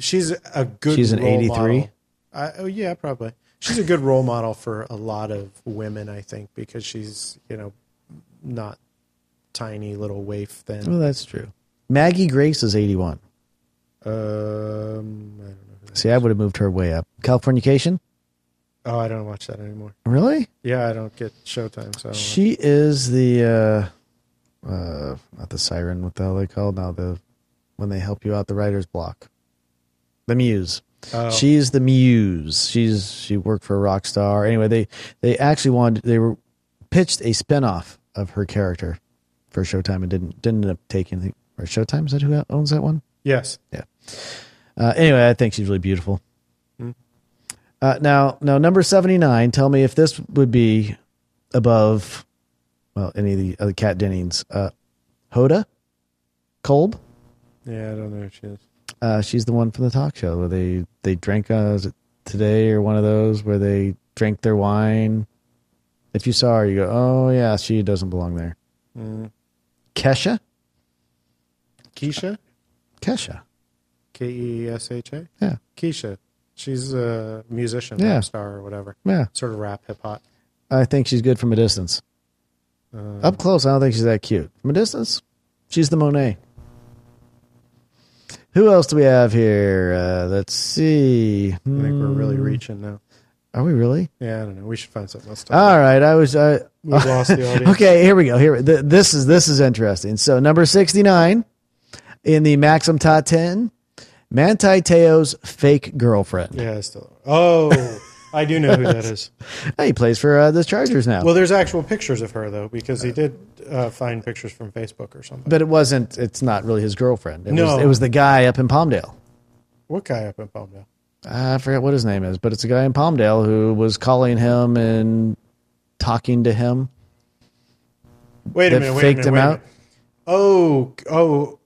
Speaker 1: she's a good
Speaker 3: She's an
Speaker 1: role
Speaker 3: 83?
Speaker 1: model. I, oh yeah, probably. She's a good role model for a lot of women, I think, because she's you know not tiny little waif
Speaker 3: well,
Speaker 1: thin.
Speaker 3: that's true. Maggie Grace is 81. Mm.
Speaker 1: Um, I don't know. who that-
Speaker 3: See, I would have moved her way up. Californication?
Speaker 1: Oh, I don't watch that anymore.
Speaker 3: Really?
Speaker 1: Yeah, I don't get Showtime, so I don't watch-
Speaker 3: She is the uh, uh, not the siren. What the hell are they called now? The when they help you out, the writer's block, the muse.
Speaker 1: Oh.
Speaker 3: She's the muse. She's she worked for a rock star. Anyway, they they actually wanted they were pitched a spinoff of her character for Showtime and didn't didn't end up taking the or Showtime is that who owns that one?
Speaker 1: yes.
Speaker 3: Yeah. Uh, anyway, I think she's really beautiful. Uh, now, now number seventy nine. Tell me if this would be above, well, any of the other Cat Dennings. Uh, Hoda, Kolb.
Speaker 1: Yeah, I don't know who she is.
Speaker 3: Uh, she's the one from the talk show where they they drank uh, is it today or one of those where they drank their wine. If you saw her, you go, oh yeah, she doesn't belong there. Kesha,
Speaker 1: Keisha,
Speaker 3: Kesha,
Speaker 1: K E S H A.
Speaker 3: yeah,
Speaker 1: Keisha, she's a musician,
Speaker 3: Yeah.
Speaker 1: rap star, or whatever.
Speaker 3: yeah.
Speaker 1: Sort of rap, hip hop.
Speaker 3: I think she's good from a distance.
Speaker 1: Uh,
Speaker 3: Up close, I don't think she's that cute. From a distance, she's the Monet. Who else do we have here? Uh, let's see.
Speaker 1: I think we're really
Speaker 3: Hmm.
Speaker 1: reaching now.
Speaker 3: Are we really?
Speaker 1: Yeah, I don't know. We should find something else. To
Speaker 3: All right. I was. I,
Speaker 1: We lost the audience.
Speaker 3: Ah. okay. Here we go. Here. Th- this is this is interesting. So number sixty nine in the Maxim top ten, Manti Teo's fake girlfriend.
Speaker 1: Yeah, it's still. Oh, I do know who that is.
Speaker 3: Hey, he plays for uh, the Chargers now.
Speaker 1: Well, there's actual pictures of her though, because he did uh, find pictures from Facebook or something.
Speaker 3: but it wasn't. It's not really his girlfriend. It
Speaker 1: No.
Speaker 3: Was, it was the guy up in Palmdale.
Speaker 1: What guy up in Palmdale?
Speaker 3: I forget what his name is, but it's a guy in Palmdale who was calling him and talking to him.
Speaker 1: Wait a
Speaker 3: That
Speaker 1: minute. Wait
Speaker 3: faked
Speaker 1: a minute.
Speaker 3: him
Speaker 1: wait a
Speaker 3: out?
Speaker 1: minute. Oh, oh,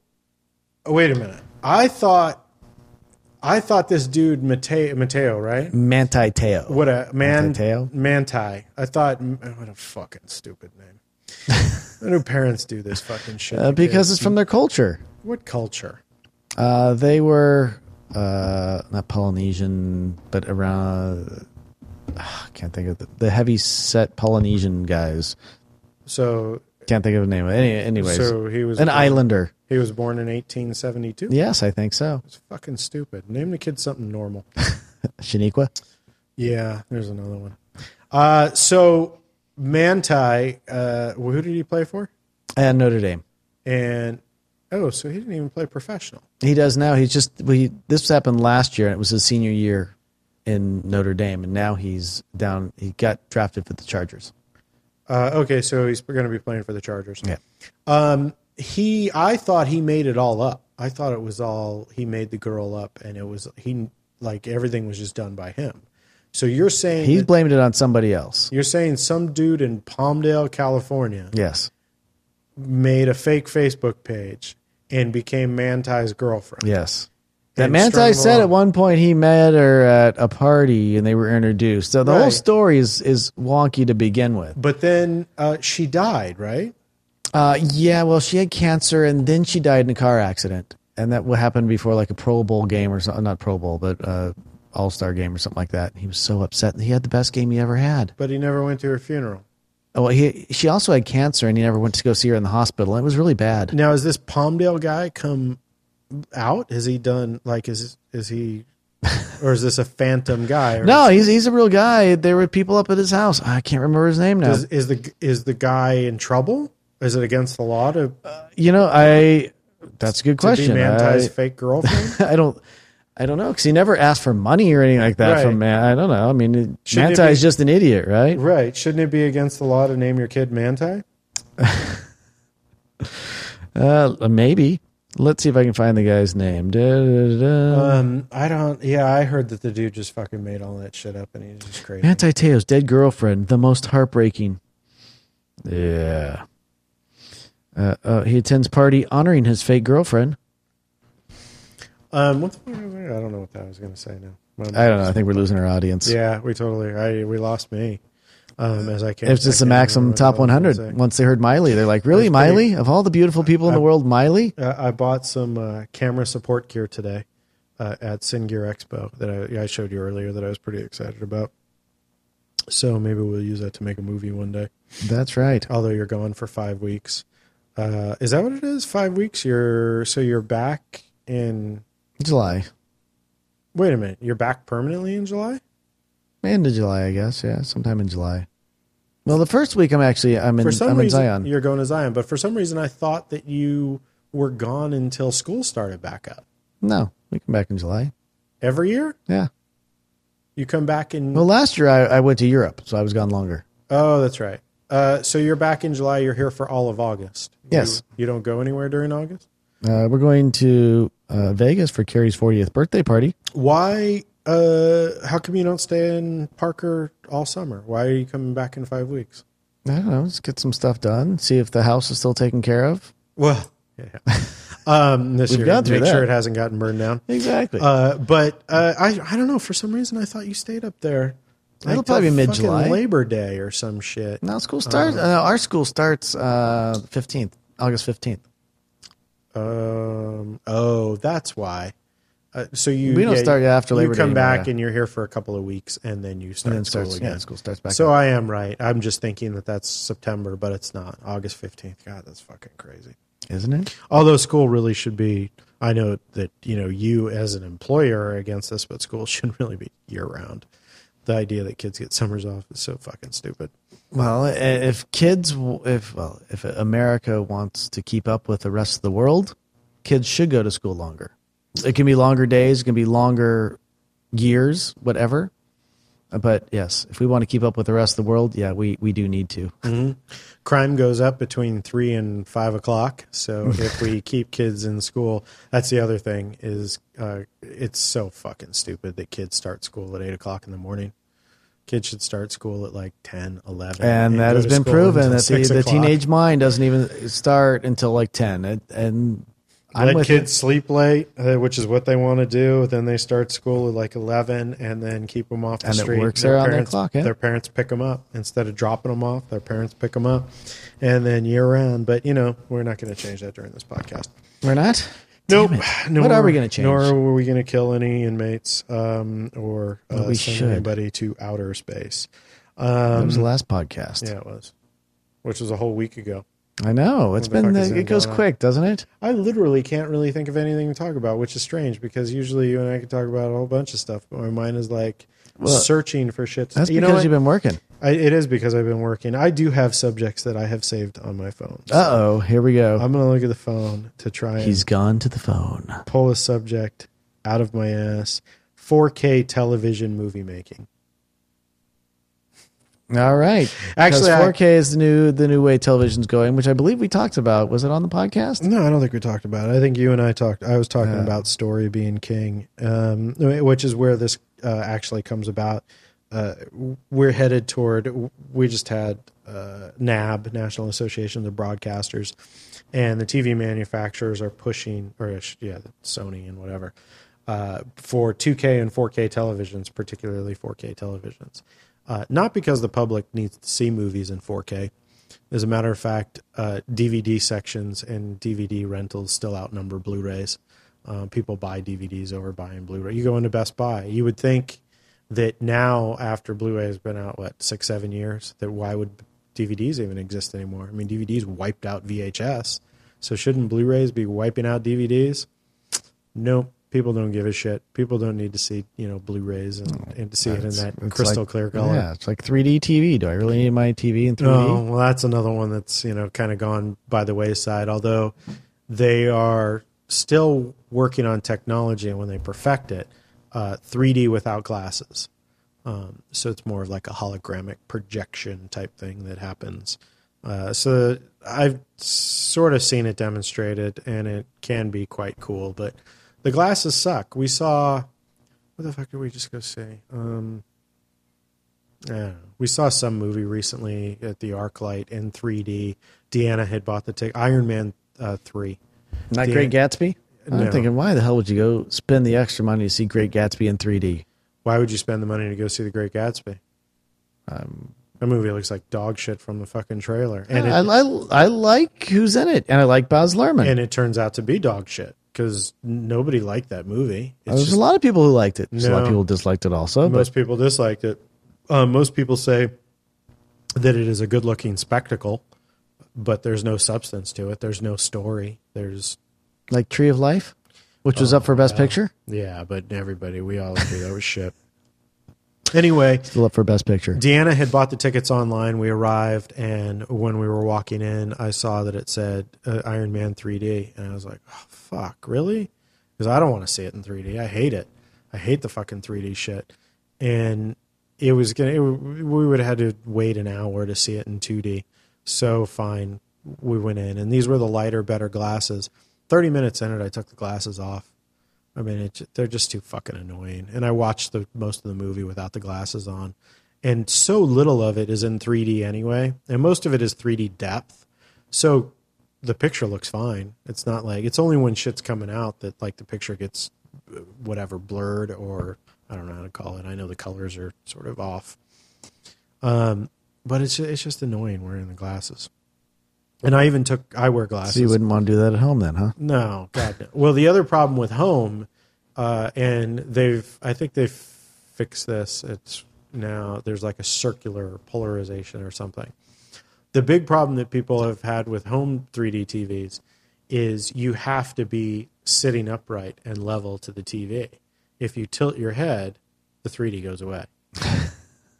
Speaker 1: oh, wait a minute. I thought, I thought this dude Mateo, Mateo, right?
Speaker 3: Manti Teo.
Speaker 1: What a man,
Speaker 3: Mateo?
Speaker 1: Manti. I thought what a fucking stupid name. Why do parents do this fucking shit?
Speaker 3: Uh,
Speaker 1: to kids?
Speaker 3: because it's from their culture.
Speaker 1: what culture?
Speaker 3: Uh, they were uh, not Polynesian, but around. ah, I can't think of the, the heavy set Polynesian guys.
Speaker 1: So,
Speaker 3: Can't think of a name. Any, anyways,
Speaker 1: so he was
Speaker 3: an
Speaker 1: born-
Speaker 3: islander.
Speaker 1: He was born in 1872.
Speaker 3: Yes, I think so.
Speaker 1: It's fucking stupid. Name the kid something normal.
Speaker 3: Shaniqua.
Speaker 1: yeah, there's another one. Uh, so Manti, uh, who did he play for?
Speaker 3: And Notre Dame.
Speaker 1: And oh, so he didn't even play professional.
Speaker 3: He does now. He's just we. This happened last year, and it was his senior year in Notre Dame, and now he's down. He got drafted for the Chargers.
Speaker 1: Uh, okay, so he's going to be playing for the Chargers.
Speaker 3: Yeah.
Speaker 1: Um, he, I thought he made it all up. I thought it was all he made the girl up, and it was he like everything was just done by him. So you're saying
Speaker 3: He
Speaker 1: that-
Speaker 3: blamed it on somebody else.
Speaker 1: you're saying some dude in Palmdale, California,
Speaker 3: Yes.
Speaker 1: made a fake Facebook page and became Manti's girlfriend.
Speaker 3: Yes. That
Speaker 1: And
Speaker 3: Manti
Speaker 1: strung
Speaker 3: said at
Speaker 1: along.
Speaker 3: one point he met her at a party and they were introduced. So the whole
Speaker 1: Right.
Speaker 3: story is is wonky to begin with.
Speaker 1: But then uh, she died, right?
Speaker 3: Uh, yeah, well, she had cancer and then she died in a car accident, and that what happened before like a Pro Bowl game or something. Not Pro Bowl, but uh, All Star game or something like that. He was so upset. He had the best game he ever had.
Speaker 1: But he never went to her funeral.
Speaker 3: Oh, well, he she also had cancer, and he never went to go see her in the hospital. It was really bad.
Speaker 1: Now, is this Palmdale guy come out? Has he done like is is he, or is this a phantom guy? Or
Speaker 3: No, he's he's a real guy. There were people up at his house. I can't remember his name now.
Speaker 1: is, is the is the guy in trouble? Is it against the law to,
Speaker 3: you know, I that's a good
Speaker 1: to be
Speaker 3: question.
Speaker 1: Mantai's
Speaker 3: I,
Speaker 1: fake girlfriend?
Speaker 3: I don't. I don't know because he never asked for money or anything like that
Speaker 1: Right.
Speaker 3: from Man. I don't know. I mean, it-
Speaker 1: Shouldn't it
Speaker 3: Manti is
Speaker 1: be-
Speaker 3: just an idiot, right?
Speaker 1: right? Shouldn't it be against the law to name your kid Manti?
Speaker 3: Uh, maybe. Let's see if I can find the guy's name. Da, da, da, da.
Speaker 1: Um, I don't. Yeah, I heard that the dude just fucking made all that shit up, and he's just crazy.
Speaker 3: Manti Teo's dead girlfriend, the most heartbreaking. Yeah. Uh, uh, he attends party honoring his fake girlfriend.
Speaker 1: Um, what the fuck? I don't know what that was going to say now. Well,
Speaker 3: I don't know. I think we're losing our audience.
Speaker 1: Yeah, we totally. I we lost me. Um, as I came.
Speaker 3: It's just
Speaker 1: I
Speaker 3: the
Speaker 1: can't
Speaker 3: maximum
Speaker 1: remember
Speaker 3: top
Speaker 1: what I was
Speaker 3: 100.
Speaker 1: gonna
Speaker 3: Once they heard Miley, they're like, "Really,
Speaker 1: That's pretty-
Speaker 3: Miley? Of all the beautiful people in the world, Miley?"
Speaker 1: say. Uh, I bought some uh, camera support gear today uh, at SynGear Expo that I, I showed you earlier that I was pretty excited about. So maybe we'll use that to make a movie one day.
Speaker 3: That's right.
Speaker 1: Although you're gone for five weeks, uh, is that what it is? Five weeks. You're so you're back in.
Speaker 3: July,
Speaker 1: Wait a minute. You're back permanently in July.
Speaker 3: end of July, I guess. Yeah, sometime in July. Well, the first week I'm actually I'm in
Speaker 1: for some
Speaker 3: I'm in
Speaker 1: reason
Speaker 3: Zion.
Speaker 1: you're going to Zion, but for some reason I thought that you were gone until school started back up.
Speaker 3: No, we come back in July.
Speaker 1: Every year
Speaker 3: Yeah.
Speaker 1: you come back in.
Speaker 3: Well, last year I, I went to Europe, so I was gone longer.
Speaker 1: oh, that's right. Uh, so you're back in July. You're here for all of August.
Speaker 3: Yes.
Speaker 1: You, you don't go anywhere during August.
Speaker 3: Uh, we're going to uh, Vegas for Carrie's 40th birthday party.
Speaker 1: Why? Uh, how come you don't stay in Parker all summer? Why are you coming back in five weeks?
Speaker 3: I don't know. Let's get some stuff done. See if the house is still taken care of.
Speaker 1: Well, yeah. um, this
Speaker 3: We've
Speaker 1: year,
Speaker 3: gone through
Speaker 1: make sure
Speaker 3: that.
Speaker 1: it hasn't gotten burned down.
Speaker 3: Exactly.
Speaker 1: Uh, but uh, I I don't know. For some reason, I thought you stayed up there.
Speaker 3: That'll
Speaker 1: till
Speaker 3: probably be
Speaker 1: fucking
Speaker 3: mid-July.
Speaker 1: Labor Day or some shit.
Speaker 3: now school starts. uh, our school starts uh, 15th, August 15th.
Speaker 1: Um. Oh, that's why. Uh, so you
Speaker 3: We don't
Speaker 1: yeah,
Speaker 3: start after Labor
Speaker 1: You come
Speaker 3: Day
Speaker 1: back
Speaker 3: anymore.
Speaker 1: and you're here for a couple of weeks, and then you start
Speaker 3: And then
Speaker 1: school
Speaker 3: starts,
Speaker 1: again.
Speaker 3: yeah, school starts back.
Speaker 1: so
Speaker 3: up.
Speaker 1: I am right. I'm just thinking that that's September, but it's not. August fifteenth. God, that's fucking crazy.
Speaker 3: isn't it?
Speaker 1: Although school really should be. I know that you know you as an employer are against this, but school should really be year round. The idea that kids get summers off is so fucking stupid.
Speaker 3: Well, i- if kids, w- if well, if America wants to keep up with the rest of the world, kids should go to school longer. It can be longer days, it can be longer years, whatever. Uh, But yes, if we want to keep up with the rest of the world, yeah, we we do need to.
Speaker 1: crime goes up between three and five o'clock. So if we keep kids in school, that's the other thing is uh, it's so fucking stupid that kids start school at eight o'clock in the morning. Kids should start school at like 10, 11.
Speaker 3: And that
Speaker 1: go
Speaker 3: has
Speaker 1: to
Speaker 3: been
Speaker 1: school
Speaker 3: proven
Speaker 1: until
Speaker 3: that the,
Speaker 1: six
Speaker 3: the
Speaker 1: o'clock.
Speaker 3: teenage mind doesn't even start until like ten, and, and I'm
Speaker 1: Let
Speaker 3: with
Speaker 1: kids sleep late, uh, which is what they want to do. Then they start school at like eleven, and then keep them off the
Speaker 3: And it
Speaker 1: street.
Speaker 3: works around their
Speaker 1: parents,
Speaker 3: clock, yeah.
Speaker 1: Their parents pick them up instead of dropping them off. Their parents pick them up, and then year round. But you know, we're not going to change that during this podcast.
Speaker 3: you. We're not.
Speaker 1: Nope. Nor,
Speaker 3: What are we gonna change?
Speaker 1: Nor are we going to kill any inmates um, or uh,
Speaker 3: we
Speaker 1: send
Speaker 3: should.
Speaker 1: anybody to outer space.
Speaker 3: That was the
Speaker 1: um,
Speaker 3: last podcast.
Speaker 1: Yeah, it was, which was a whole week ago.
Speaker 3: I know. It's
Speaker 1: the
Speaker 3: been
Speaker 1: fuck
Speaker 3: the,
Speaker 1: is
Speaker 3: it
Speaker 1: even
Speaker 3: goes
Speaker 1: going on?
Speaker 3: quick, doesn't it?
Speaker 1: I literally can't really think of anything to talk about, which is strange because usually you and I can talk about a whole bunch of stuff, but my mind is like searching for shit. To,
Speaker 3: That's
Speaker 1: you know
Speaker 3: because
Speaker 1: what?
Speaker 3: you've been working.
Speaker 1: I, it is because I've been working. I do have subjects that I have saved on my phone. So
Speaker 3: Uh oh, here we go.
Speaker 1: I'm going to look at the phone to try and
Speaker 3: He's gone to the phone.
Speaker 1: pull a subject out of my ass. 4K television movie making.
Speaker 3: All right.
Speaker 1: Actually, I-
Speaker 3: 4K is the new the new way television's going, which I believe we talked about. Was it on the podcast?
Speaker 1: No, I don't think we talked about it. I think you and I talked. I was talking about story being king, um, which is where this uh, actually comes about. Uh, we're headed toward. We just had uh, NAB, National Association of Broadcasters, and the TV manufacturers are pushing, or I should- yeah, Sony and whatever, uh, for 2K and 4K televisions, particularly 4K televisions. Uh, not because the public needs to see movies in 4K, As a matter of fact, uh, DVD sections and DVD rentals still outnumber Blu-rays. Uh, people buy DVDs over buying Blu-ray. You go into Best Buy, you would think that now after Blu-ray has been out what six seven years, that why would DVDs even exist anymore? I mean, DVDs wiped out VHS, so shouldn't Blu-rays be wiping out DVDs? Nope. People don't give a shit. People don't need to see you know Blu-rays and, and to see it in
Speaker 3: It's-
Speaker 1: that
Speaker 3: it's
Speaker 1: crystal
Speaker 3: like-
Speaker 1: clear color.
Speaker 3: Yeah, it's like 3D TV. Do I really need my TV in 3D?
Speaker 1: Oh, well, that's another one that's you know kind of gone by the wayside. Although they are still working on technology, and when they perfect it, uh, 3D without glasses. Um, so it's more of like a hologramic projection type thing that happens. Uh, so I've sort of seen it demonstrated, and it can be quite cool. But the glasses suck. We saw what the fuck did we just go see? Um, I don't know. we saw some movie recently at the ArcLight in 3D. Deanna had bought the ticket. Iron Man uh, three.
Speaker 3: Not
Speaker 1: the-
Speaker 3: Great Gatsby? I'm
Speaker 1: No.
Speaker 3: thinking, why the hell would you go spend the extra money to see Great Gatsby in 3D?
Speaker 1: Why would you spend the money to go see The Great Gatsby?
Speaker 3: Um,
Speaker 1: That movie looks like dog shit from the fucking trailer, and
Speaker 3: I,
Speaker 1: it,
Speaker 3: I, I like who's in it, and I like Baz Luhrmann.
Speaker 1: and it turns out to be dog shit because nobody liked that movie. It's
Speaker 3: There's
Speaker 1: just
Speaker 3: a lot of people who liked it. There's a lot of
Speaker 1: No.
Speaker 3: people who disliked it also. But
Speaker 1: most people disliked it. Uh, most people say that it is a good-looking spectacle, but there's no substance to it. There's no story. There's
Speaker 3: like Tree of Life, which was up for Best Picture,
Speaker 1: Oh, Yeah, but everybody, we all agree that was shit. Anyway,
Speaker 3: still up for Best Picture.
Speaker 1: Deanna had bought the tickets online. We arrived, and when we were walking in, I saw that it said uh, Iron Man 3D, and I was like, oh, "Fuck, really?" Because I don't want to see it in 3D. I hate it. I hate the fucking 3D shit. And it was gonna. It, we would have had to wait an hour to see it in 2D. So fine, we went in, and these were the lighter, better glasses. Thirty minutes in it, I took the glasses off. I mean, it, they're just too fucking annoying. And I watched the most of the movie without the glasses on, and so little of it is in 3D anyway, and most of it is 3D depth. So the picture looks fine. It's not like it's only when shit's coming out that like the picture gets uh, whatever blurred or I don't know how to call it. I know the colors are sort of off, um, but it's it's just annoying wearing the glasses. And I even took I wear glasses.
Speaker 3: So you wouldn't want to do that at home then, huh?
Speaker 1: No, God. No. Well, the other problem with home, uh, and they've, I think they've fixed this. It's now there's like a circular polarization or something. The big problem that people have had with home 3D TVs is you have to be sitting upright and level to the TV. If you tilt your head, the 3D goes away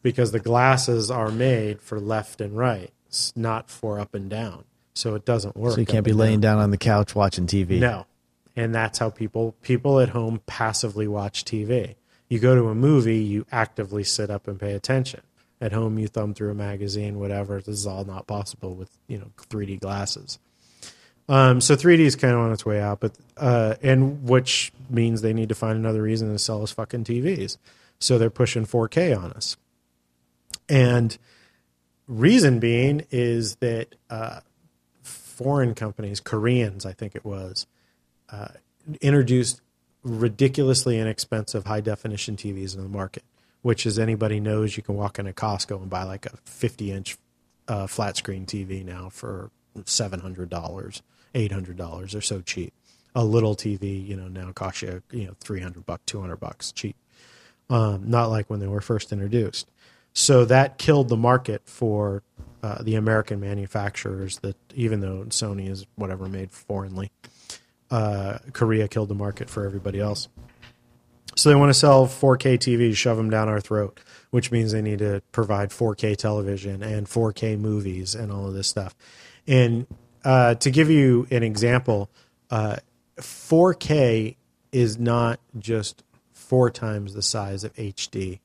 Speaker 1: because the glasses are made for left and right, s- not for up and down. So it doesn't work.
Speaker 3: So you can't
Speaker 1: up
Speaker 3: be
Speaker 1: and down.
Speaker 3: laying down on the couch watching TV.
Speaker 1: No. And that's how people people at home passively watch TV. You go to a movie, you actively sit up and pay attention. At home you thumb through a magazine, whatever. This is all not possible with, you know, 3D glasses. Um, so 3D is kind of on its way out, but uh, and which means they need to find another reason to sell us fucking TVs. So they're pushing 4K on us. And reason being is that uh, foreign companies, Koreans, I think it was, uh, introduced ridiculously inexpensive high definition TVs in the market, which, as anybody knows, you can walk into Costco and buy like a 50 inch uh, flat screen TV now for $700, $800. They're so cheap. A little TV, you know, now costs you, you know, 300 bucks, 200 bucks, cheap um, not like when they were first introduced. So that killed the market for uh, the American manufacturers. That even though Sony is whatever made foreignly, uh, Korea killed the market for everybody else. So they want to sell 4K TVs, shove them down our throat, which means they need to provide 4K television and 4K movies and all of this stuff. And uh, to give you an example, uh, 4K is not just four times the size of HD.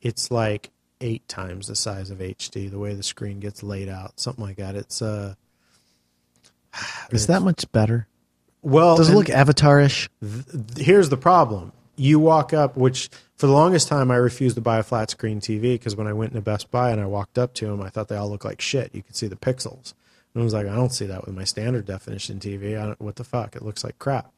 Speaker 1: It's like eight times the size of HD. The way the screen gets laid out, something like that. It's uh,
Speaker 3: Is that much better?
Speaker 1: well,
Speaker 3: Does it
Speaker 1: and-
Speaker 3: look avatarish?
Speaker 1: here's the problem. You walk up, which for the longest time I refused to buy a flat screen TV because when I went into Best Buy and I walked up to them, I thought they all looked like shit. You could see the pixels. And I was like, I don't see that with my standard definition TV. I don't, what the fuck? It looks like crap.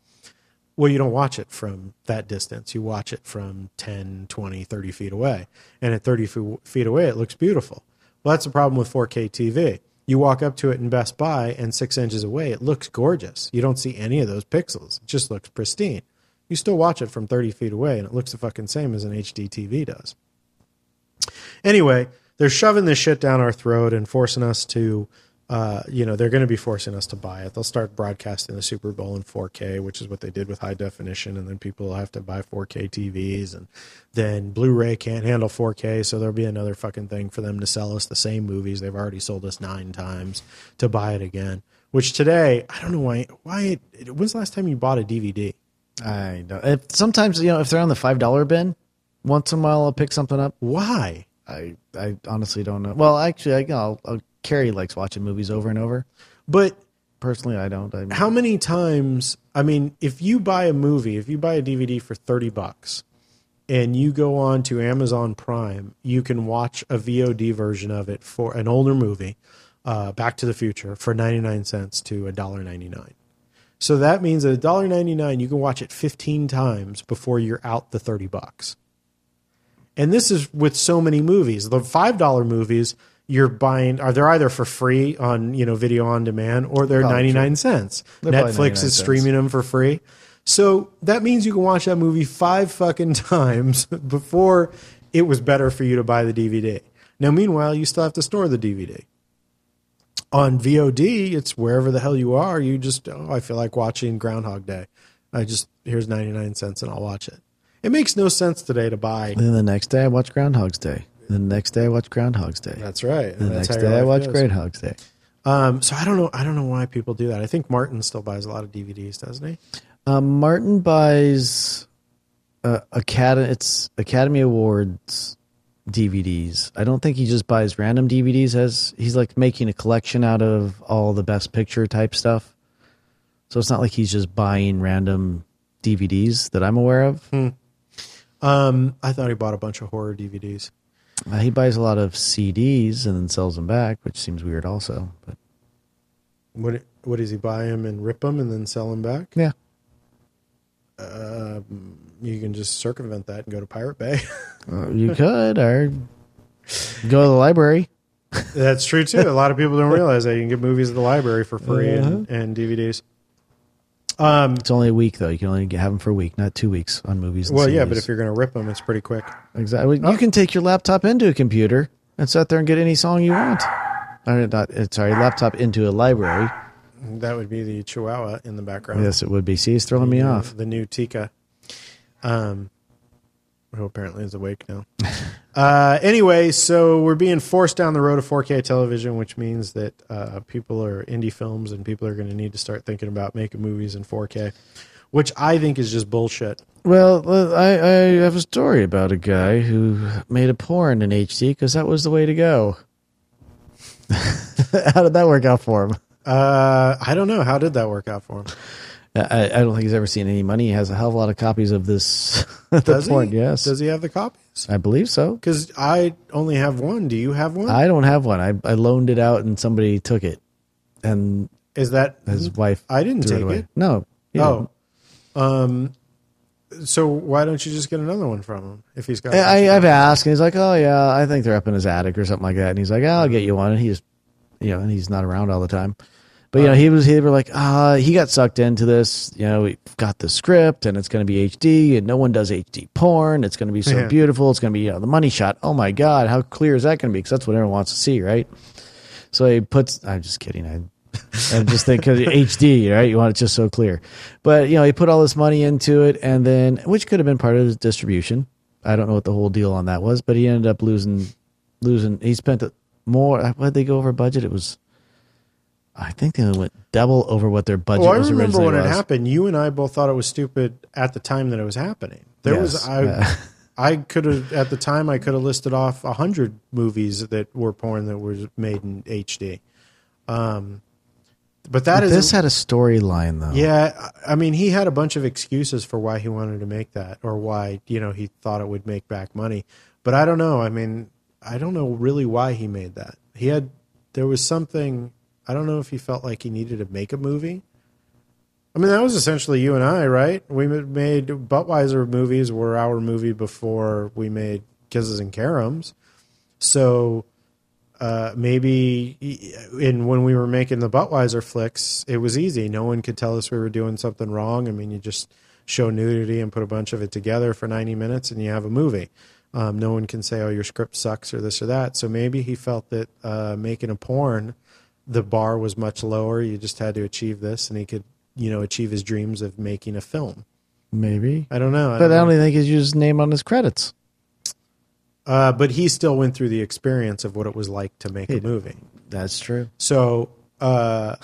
Speaker 1: Well, you don't watch it from that distance. You watch it from 10, 20, 30 feet away. And at 30 fe- feet away, it looks beautiful. Well, that's the problem with 4K TV. You walk up to it in Best Buy, and six inches away, it looks gorgeous. You don't see any of those pixels; it just looks pristine. You still watch it from 30 feet away, and it looks the fucking same as an HD TV does. Anyway, they're shoving this shit down our throat and forcing us to, uh, you know, they're going to be forcing us to buy it. They'll start broadcasting the Super Bowl in 4K, which is what they did with high definition, and then people will have to buy 4K TVs, and then Blu-ray can't handle 4K, so there'll be another fucking thing for them to sell us the same movies they've already sold us nine times to buy it again. Which today, I don't know why. Why? When's the last time you bought a DVD?
Speaker 3: I know. If, sometimes you know if they're on the five dollar bin, once in a while I'll pick something up.
Speaker 1: Why?
Speaker 3: I I honestly don't know. Well, actually, I, I'll, I'll, Carrie likes watching movies over and over.
Speaker 1: But
Speaker 3: Personally, I don't. I mean,
Speaker 1: how many times i mean if you buy a movie if you buy a dvd for 30 bucks and you go on to amazon prime you can watch a vod version of it for an older movie uh, back to the future for 99 cents to $1.99 so that means at $1.99 you can watch it 15 times before you're out the 30 bucks and this is with so many movies the $5 movies you're buying are they're either for free on you know video on demand or they're
Speaker 3: Probably
Speaker 1: 99 cents
Speaker 3: Oh, They're probably
Speaker 1: netflix
Speaker 3: 99
Speaker 1: is
Speaker 3: cents.
Speaker 1: streaming them for free so that means you can watch that movie five fucking times before it was better for you to buy the dvd now meanwhile you still have to store the dvd on VOD, it's wherever the hell you are. You just, oh, I feel like watching Groundhog Day. I just, here's 99 cents and I'll watch it. It makes no sense today to buy.
Speaker 3: then the next day I watch Groundhog's Day. Then the next day I watch Groundhog's Day.
Speaker 1: That's right.
Speaker 3: the
Speaker 1: And that's
Speaker 3: next
Speaker 1: how your
Speaker 3: day I
Speaker 1: life
Speaker 3: watch
Speaker 1: goes.
Speaker 3: Groundhog's Day.
Speaker 1: Um, so I don't know. I don't know why people do that. I think Martin still buys a lot of DVDs, doesn't he?
Speaker 3: Um, Martin buys uh, Academy. It's Academy Awards DVDs. I don't think he just buys random DVDs. As he's like making a collection out of all the Best Picture type stuff. So it's not like he's just buying random DVDs that I'm aware of.
Speaker 1: Hmm. Um, I thought he bought a bunch of horror DVDs.
Speaker 3: Uh, he buys a lot of CDs and then sells them back, which seems weird, also. But
Speaker 1: What What does he buy them and rip them and then sell them back?
Speaker 3: yeah,
Speaker 1: You can just circumvent that and go to Pirate Bay.
Speaker 3: Uh, you could or go to the library.
Speaker 1: That's true too. A lot of people don't realize that you can get movies at the library for free
Speaker 3: Uh-huh.
Speaker 1: and, and DVDs. Um,
Speaker 3: It's only a week though. You can only get, have them for a week, not two weeks on movies. And
Speaker 1: well, yeah,
Speaker 3: CDs.
Speaker 1: but if you're going to rip them, it's pretty quick.
Speaker 3: Exactly. You can take your laptop into a computer and sit there and get any song you want. Or not, uh, sorry, laptop into a library.
Speaker 1: That would be the Chihuahua in the background.
Speaker 3: Yes, it would be. See, he's throwing me
Speaker 1: the,
Speaker 3: off.
Speaker 1: The new Tika, um, who apparently is awake now. uh, anyway, so we're being forced down the road of 4K television, which means that uh, people are indie films and people are going to need to start thinking about making movies in 4K, which I think is just bullshit.
Speaker 3: Well, uh, I, I have a story about a guy who made a porn in HD because that was the way to go. How did that work out for him?
Speaker 1: Uh, I don't know. How did that work out for him?
Speaker 3: I, I don't think he's ever seen any money. He has a hell of a lot of copies of this the
Speaker 1: Does
Speaker 3: porn.
Speaker 1: he?
Speaker 3: Yes,
Speaker 1: Does he have the copies?
Speaker 3: I believe so.
Speaker 1: Because I only have one. Do you have one?
Speaker 3: I don't have one. I, I loaned it out and somebody took it, and
Speaker 1: is that
Speaker 3: his wife.
Speaker 1: Mm-hmm. I didn't
Speaker 3: threw
Speaker 1: take
Speaker 3: away.
Speaker 1: it.
Speaker 3: No. he
Speaker 1: Oh.
Speaker 3: didn't.
Speaker 1: Um, so why don't you just get another one from him if he's got?
Speaker 3: I, I- I've asked, and he's like, "Oh yeah, I think they're up in his attic or something like that." And he's like, "I'll get you one." And he's, you know, and he's not around all the time. But you know, he was. He were like, "Ah, he got sucked into this. You know, we got the script, and it's going to be HD, and no one does HD porn. It's going to be so
Speaker 1: Yeah.
Speaker 3: beautiful. It's going to be you know, the money shot. Oh my god, how clear is that going to be? Because that's what everyone wants to see, right?" So he puts. I'm just kidding. I, I'm just thinking 'cause HD, right? You want it just so clear. But you know, he put all this money into it, and then which could have been part of his distribution. I don't know what the whole deal on that was, but he ended up losing. Losing. He spent more. What did they go over budget? It was. I think they went double over what their budget
Speaker 1: Well, Oh, I
Speaker 3: was
Speaker 1: remember
Speaker 3: originally.
Speaker 1: when it
Speaker 3: was.
Speaker 1: happened. You and I both thought it was stupid at the time that it was happening. There
Speaker 3: Yes,
Speaker 1: was I,
Speaker 3: yeah.
Speaker 1: I could have at the time I could have listed off a hundred movies that were porn that was made in HD. Um, but that is
Speaker 3: This had a storyline though.
Speaker 1: Yeah, I I mean, he had a bunch of excuses for why he wanted to make that or why, you know, he thought it would make back money. But I don't know. I mean, I don't know really why he made that. He had, there was something, I don't know if he felt like he needed to make a movie. I mean, that was essentially you and I, right? We ma- made Budweiser movies were our movie before we made Kisses and Caroms. So uh, maybe in when we were making the Buttweiser flicks, it was easy. No one could tell us we were doing something wrong. I mean, you just show nudity and put a bunch of it together for 90 minutes and you have a movie. Um, no one can say, oh, your script sucks or this or that. So maybe he felt that uh, making a porn, the bar was much lower. You just had to achieve this and he could, you know, achieve his dreams of making a film.
Speaker 3: Maybe.
Speaker 1: I don't know.
Speaker 3: But I
Speaker 1: know.
Speaker 3: don't even think he's used his name on his credits.
Speaker 1: Uh, but he still went through the experience of what it was like to make a movie.
Speaker 3: That's true.
Speaker 1: So, uh,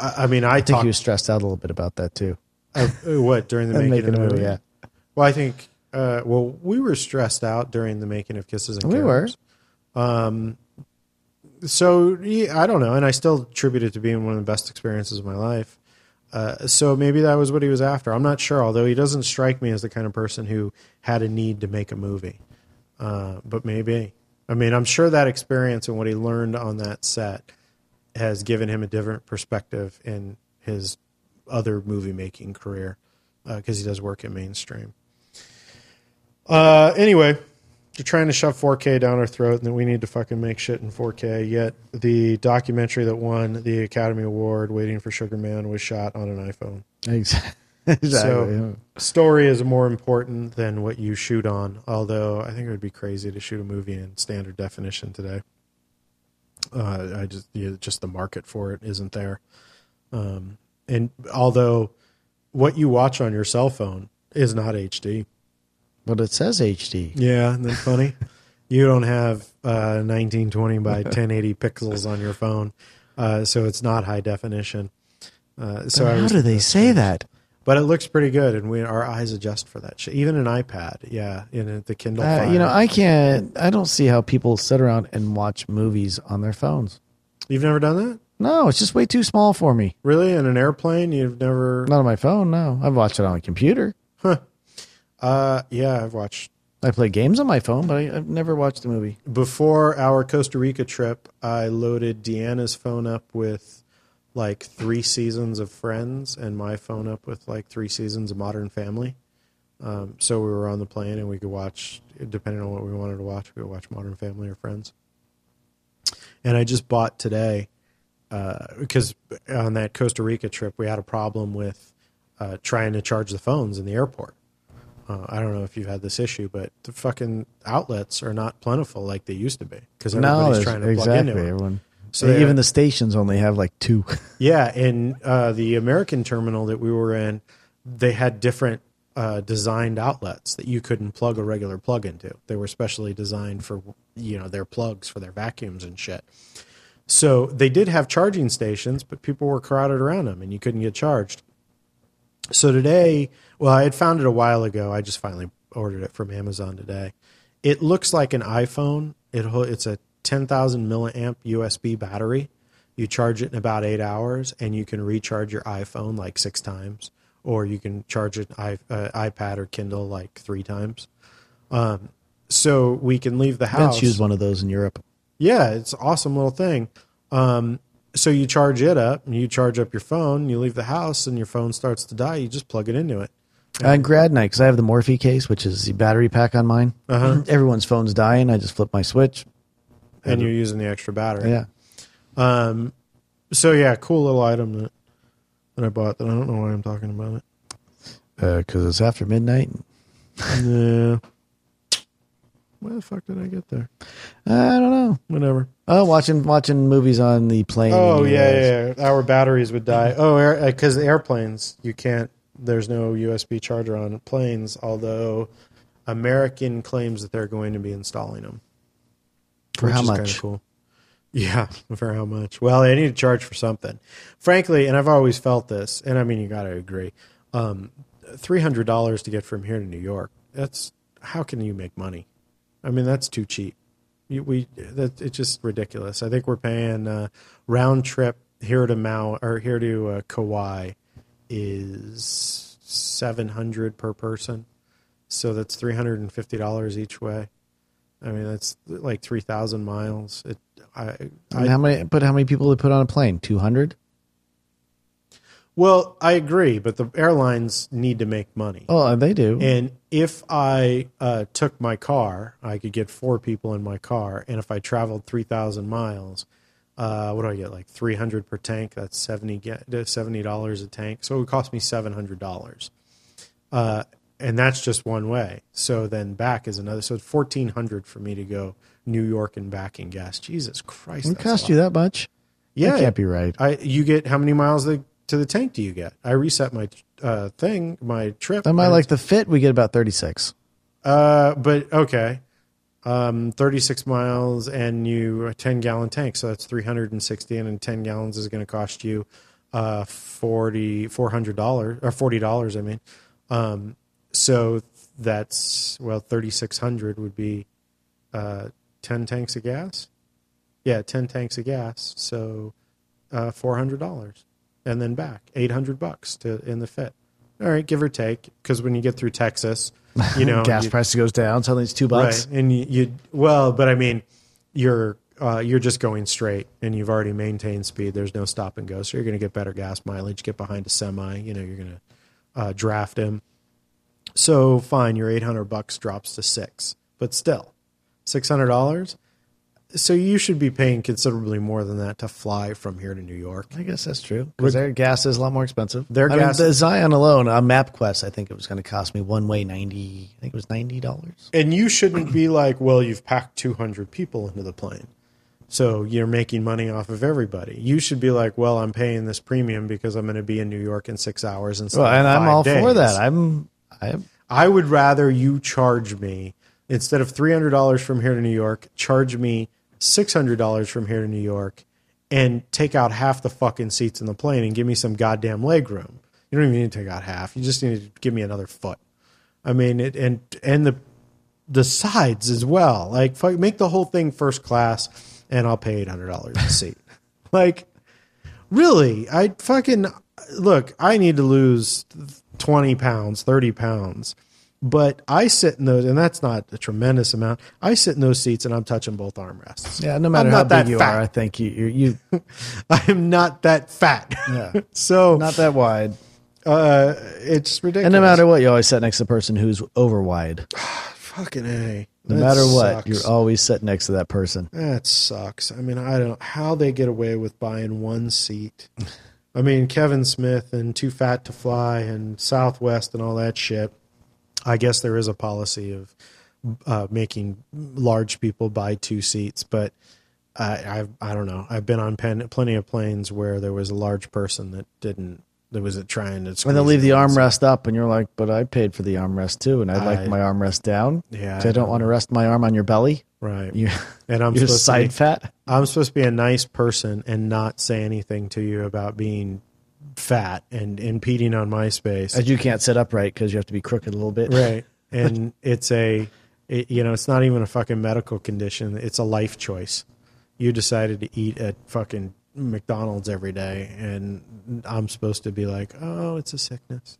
Speaker 1: I, I mean, I,
Speaker 3: I think
Speaker 1: talked
Speaker 3: he was stressed out a little bit about that too.
Speaker 1: of, uh, what during the
Speaker 3: And
Speaker 1: making, of
Speaker 3: making
Speaker 1: the
Speaker 3: a
Speaker 1: movie.
Speaker 3: movie, yeah.
Speaker 1: Well, I think. Uh, well, we were stressed out during the making of Kisses and
Speaker 3: We were.
Speaker 1: Carrots. Um, so yeah, I don't know, and I still attribute it to being one of the best experiences of my life. Uh, so maybe that was what he was after. I'm not sure, although he doesn't strike me as the kind of person who had a need to make a movie. Uh, but maybe. I mean, I'm sure that experience and what he learned on that set has given him a different perspective in his other movie making career because he does work in mainstream. Uh, anyway, you're trying to shove 4K down our throat, and that we need to fucking make shit in 4K. Yet the documentary that won the Academy Award, "Waiting for Sugar Man," was shot on an iPhone.
Speaker 3: Exactly. exactly.
Speaker 1: So story is more important than what you shoot on. Although I think it would be crazy to shoot a movie in standard definition today. Uh, I just yeah, just the market for it isn't there. Um, and although what you watch on your cell phone is not HD.
Speaker 3: But it says HD.
Speaker 1: Yeah, isn't that funny? you don't have uh, 1920 by 1080 pixels on your phone, uh, so it's not high definition. Uh, so, I
Speaker 3: How
Speaker 1: was-
Speaker 3: do they say that?
Speaker 1: but it looks pretty good, and we our eyes adjust for that shit. Even an iPad, yeah, in the Kindle.
Speaker 3: Uh, you know,
Speaker 1: Fire.
Speaker 3: I can't. I don't see how people sit around and watch movies on their phones.
Speaker 1: you've never done that,
Speaker 3: No, it's just way too small for me.
Speaker 1: really? In an airplane, you've never?
Speaker 3: Not on my phone. No, I've watched it on a computer.
Speaker 1: Uh, yeah, I've watched
Speaker 3: I play games on my phone, but I, I've never watched the movie.
Speaker 1: before our Costa Rica trip, I loaded Deanna's phone up with like three seasons of Friends and my phone up with like three seasons of Modern Family. Um, so we were on the plane and we could watch, depending on what we wanted to watch, we could watch Modern Family or Friends. And I just bought today because on that Costa Rica trip, we had a problem with uh, trying to charge the phones in the airport. Uh, I don't know if you've had this issue, but the fucking outlets are not plentiful like they used to be because
Speaker 3: No,
Speaker 1: everybody's
Speaker 3: there's-
Speaker 1: trying to
Speaker 3: exactly.
Speaker 1: plug into it.
Speaker 3: Everyone.
Speaker 1: So
Speaker 3: So
Speaker 1: they-
Speaker 3: even the stations only have like two.
Speaker 1: Yeah, and uh, the American terminal that we were in, they had different uh, designed outlets that you couldn't plug a regular plug into. They were specially designed for you know their plugs for their vacuums and shit. So they did have charging stations, but people were crowded around them, and you couldn't get charged. So today, well, I had found it a while ago. I just finally ordered it from Amazon today. It looks like an iPhone. It ho- it's a 10,000 milliamp USB battery. You charge it in about eight hours, and you can recharge your iPhone like six times, or you can charge an I- uh, iPad or Kindle like three times. Um, so we can leave the house.
Speaker 3: Let's use one of those in Europe.
Speaker 1: Yeah, it's an awesome little thing. Um, so you charge it up, and you charge up your phone, you leave the house, and your phone starts to die. You just plug it into it.
Speaker 3: On grad night, because I have the Morphe case, which is the battery pack on mine.
Speaker 1: Uh-huh.
Speaker 3: Everyone's phone's dying. I just flip my switch.
Speaker 1: and you're using the extra battery.
Speaker 3: Yeah.
Speaker 1: So yeah, cool little item that, that I bought that I don't know why I'm talking about it.
Speaker 3: Because Uh, it's after midnight.
Speaker 1: yeah. Why the fuck did I get there?
Speaker 3: I don't know.
Speaker 1: Whatever.
Speaker 3: Oh, watching watching movies on the plane.
Speaker 1: Oh
Speaker 3: in the
Speaker 1: yeah,
Speaker 3: US.
Speaker 1: yeah, yeah. Our batteries would die. Oh, because airplanes, you can't. There's no USB charger on planes. Although American claims that they're going to be installing them.
Speaker 3: For
Speaker 1: which
Speaker 3: how
Speaker 1: is kinda
Speaker 3: much?
Speaker 1: Cool. Yeah, for how much? Well, they need to charge for something. Frankly, and I've always felt this, and I mean, you got to agree. Um, Three hundred dollars to get from here to New York. That's how can you make money? I mean, that's too cheap. You, we that it's just ridiculous. I think we're paying uh, round trip here to Mau or here to uh, Kauai is seven hundred per person. So that's three hundred and fifty dollars each way. I mean, that's like three thousand miles. It, I,
Speaker 3: And
Speaker 1: I
Speaker 3: how many? But how many people they put on a plane? Two hundred.
Speaker 1: Well, I agree, but the airlines need to make money.
Speaker 3: Oh, and they do.
Speaker 1: And if I uh, took my car, I could get four people in my car. And if I traveled 3,000 miles, uh, what do I get? Like 300 per tank. That's 70, ga- $70 a tank. So it would cost me $700. Uh, and that's just one way. So then back is another. So it's 1400 for me to go New York and back in gas. Jesus Christ.
Speaker 3: it
Speaker 1: that's
Speaker 3: cost
Speaker 1: a lot.
Speaker 3: you that much?
Speaker 1: Yeah.
Speaker 3: that can't be right.
Speaker 1: I you get how many miles the, to the tank do you get? I reset my uh, thing, my trip.
Speaker 3: Am I
Speaker 1: and-
Speaker 3: like the fit? We get about thirty six.
Speaker 1: uh, but okay, um, thirty six miles and you a ten gallon tank, so that's three hundred and sixty, and in ten gallons is going to cost you uh forty four hundred dollars or forty dollars. I mean, um, so that's well thirty six hundred would be uh ten tanks of gas. Yeah, ten tanks of gas, so uh, four hundred dollars, and then back eight hundred bucks to in the fit. All right, give or take, because when you get through Texas, you know
Speaker 3: Gas
Speaker 1: you-
Speaker 3: price goes down. Suddenly it's two bucks.
Speaker 1: Right. And you, you well, but I mean, you're uh, you're just going straight, and you've already maintained speed. There's no stop and go, so you're going to get better gas mileage. Get behind a semi, you know, you're going to uh, draft him. So fine, your 800 bucks drops to six, but still, six hundred dollars. So you should be paying considerably more than that to fly from here to New York.
Speaker 3: I guess that's true because their gas is a lot more expensive.
Speaker 1: Their
Speaker 3: I
Speaker 1: gas-
Speaker 3: mean, the Zion alone on MapQuest, I think it was going to cost me one way ninety. I think it was ninety dollars.
Speaker 1: And you shouldn't be like, well, you've packed 200 people into the plane. So you're making money off of everybody. You should be like, well, I'm paying this premium because I'm going to be in New York in six hours instead
Speaker 3: Well,
Speaker 1: of
Speaker 3: and I'm
Speaker 1: five
Speaker 3: all for
Speaker 1: days."
Speaker 3: that. I'm, I'm
Speaker 1: I would rather you charge me instead of three hundred dollars from here to New York, charge me six hundred dollars from here to New York, and take out half the fucking seats in the plane and give me some goddamn leg room. You don't even need to take out half. You just need to give me another foot. I mean, it, and and the the sides as well. Like, fuck, make the whole thing first class, and I'll pay eight hundred dollars a seat. like, really i fucking look i need to lose 20 pounds 30 pounds but i sit in those and that's not a tremendous amount i sit in those seats and i'm touching both armrests
Speaker 3: yeah. No matter
Speaker 1: I'm
Speaker 3: how
Speaker 1: not that
Speaker 3: big you
Speaker 1: fat.
Speaker 3: are, I think you you, you
Speaker 1: i'm not that fat
Speaker 3: Yeah.
Speaker 1: so
Speaker 3: not that wide.
Speaker 1: uh it's ridiculous
Speaker 3: And no matter what, you always sit next to the person who's over wide.
Speaker 1: fucking a
Speaker 3: No matter what, you're always set next to that person.
Speaker 1: That sucks. I mean, I don't know how they get away with buying one seat. I mean, Kevin Smith and Too Fat to Fly and Southwest and all that shit. I guess there is a policy of uh, making large people buy two seats, but I, I've, I don't know. I've been on pen, plenty of planes where there was a large person that didn't, that was trying to.
Speaker 3: When they
Speaker 1: squeeze
Speaker 3: leave the
Speaker 1: in one seat.
Speaker 3: armrest up, and you're like, "But I paid for the armrest too, and I'd
Speaker 1: I-
Speaker 3: like my armrest down."
Speaker 1: Yeah,
Speaker 3: 'Cause
Speaker 1: I
Speaker 3: I don't want to rest my arm on your belly.
Speaker 1: Right.
Speaker 3: You,
Speaker 1: and I'm
Speaker 3: you're
Speaker 1: supposed to be-
Speaker 3: side fat.
Speaker 1: I'm supposed to be a nice person and not say anything to you about being fat and impeding on my space.
Speaker 3: As you can't sit upright because you have to be crooked a little bit.
Speaker 1: Right. And it's a, it, you know, it's not even a fucking medical condition. It's a life choice. You decided to eat at fucking McDonald's every day, and I'm supposed to be like, oh, it's a sickness.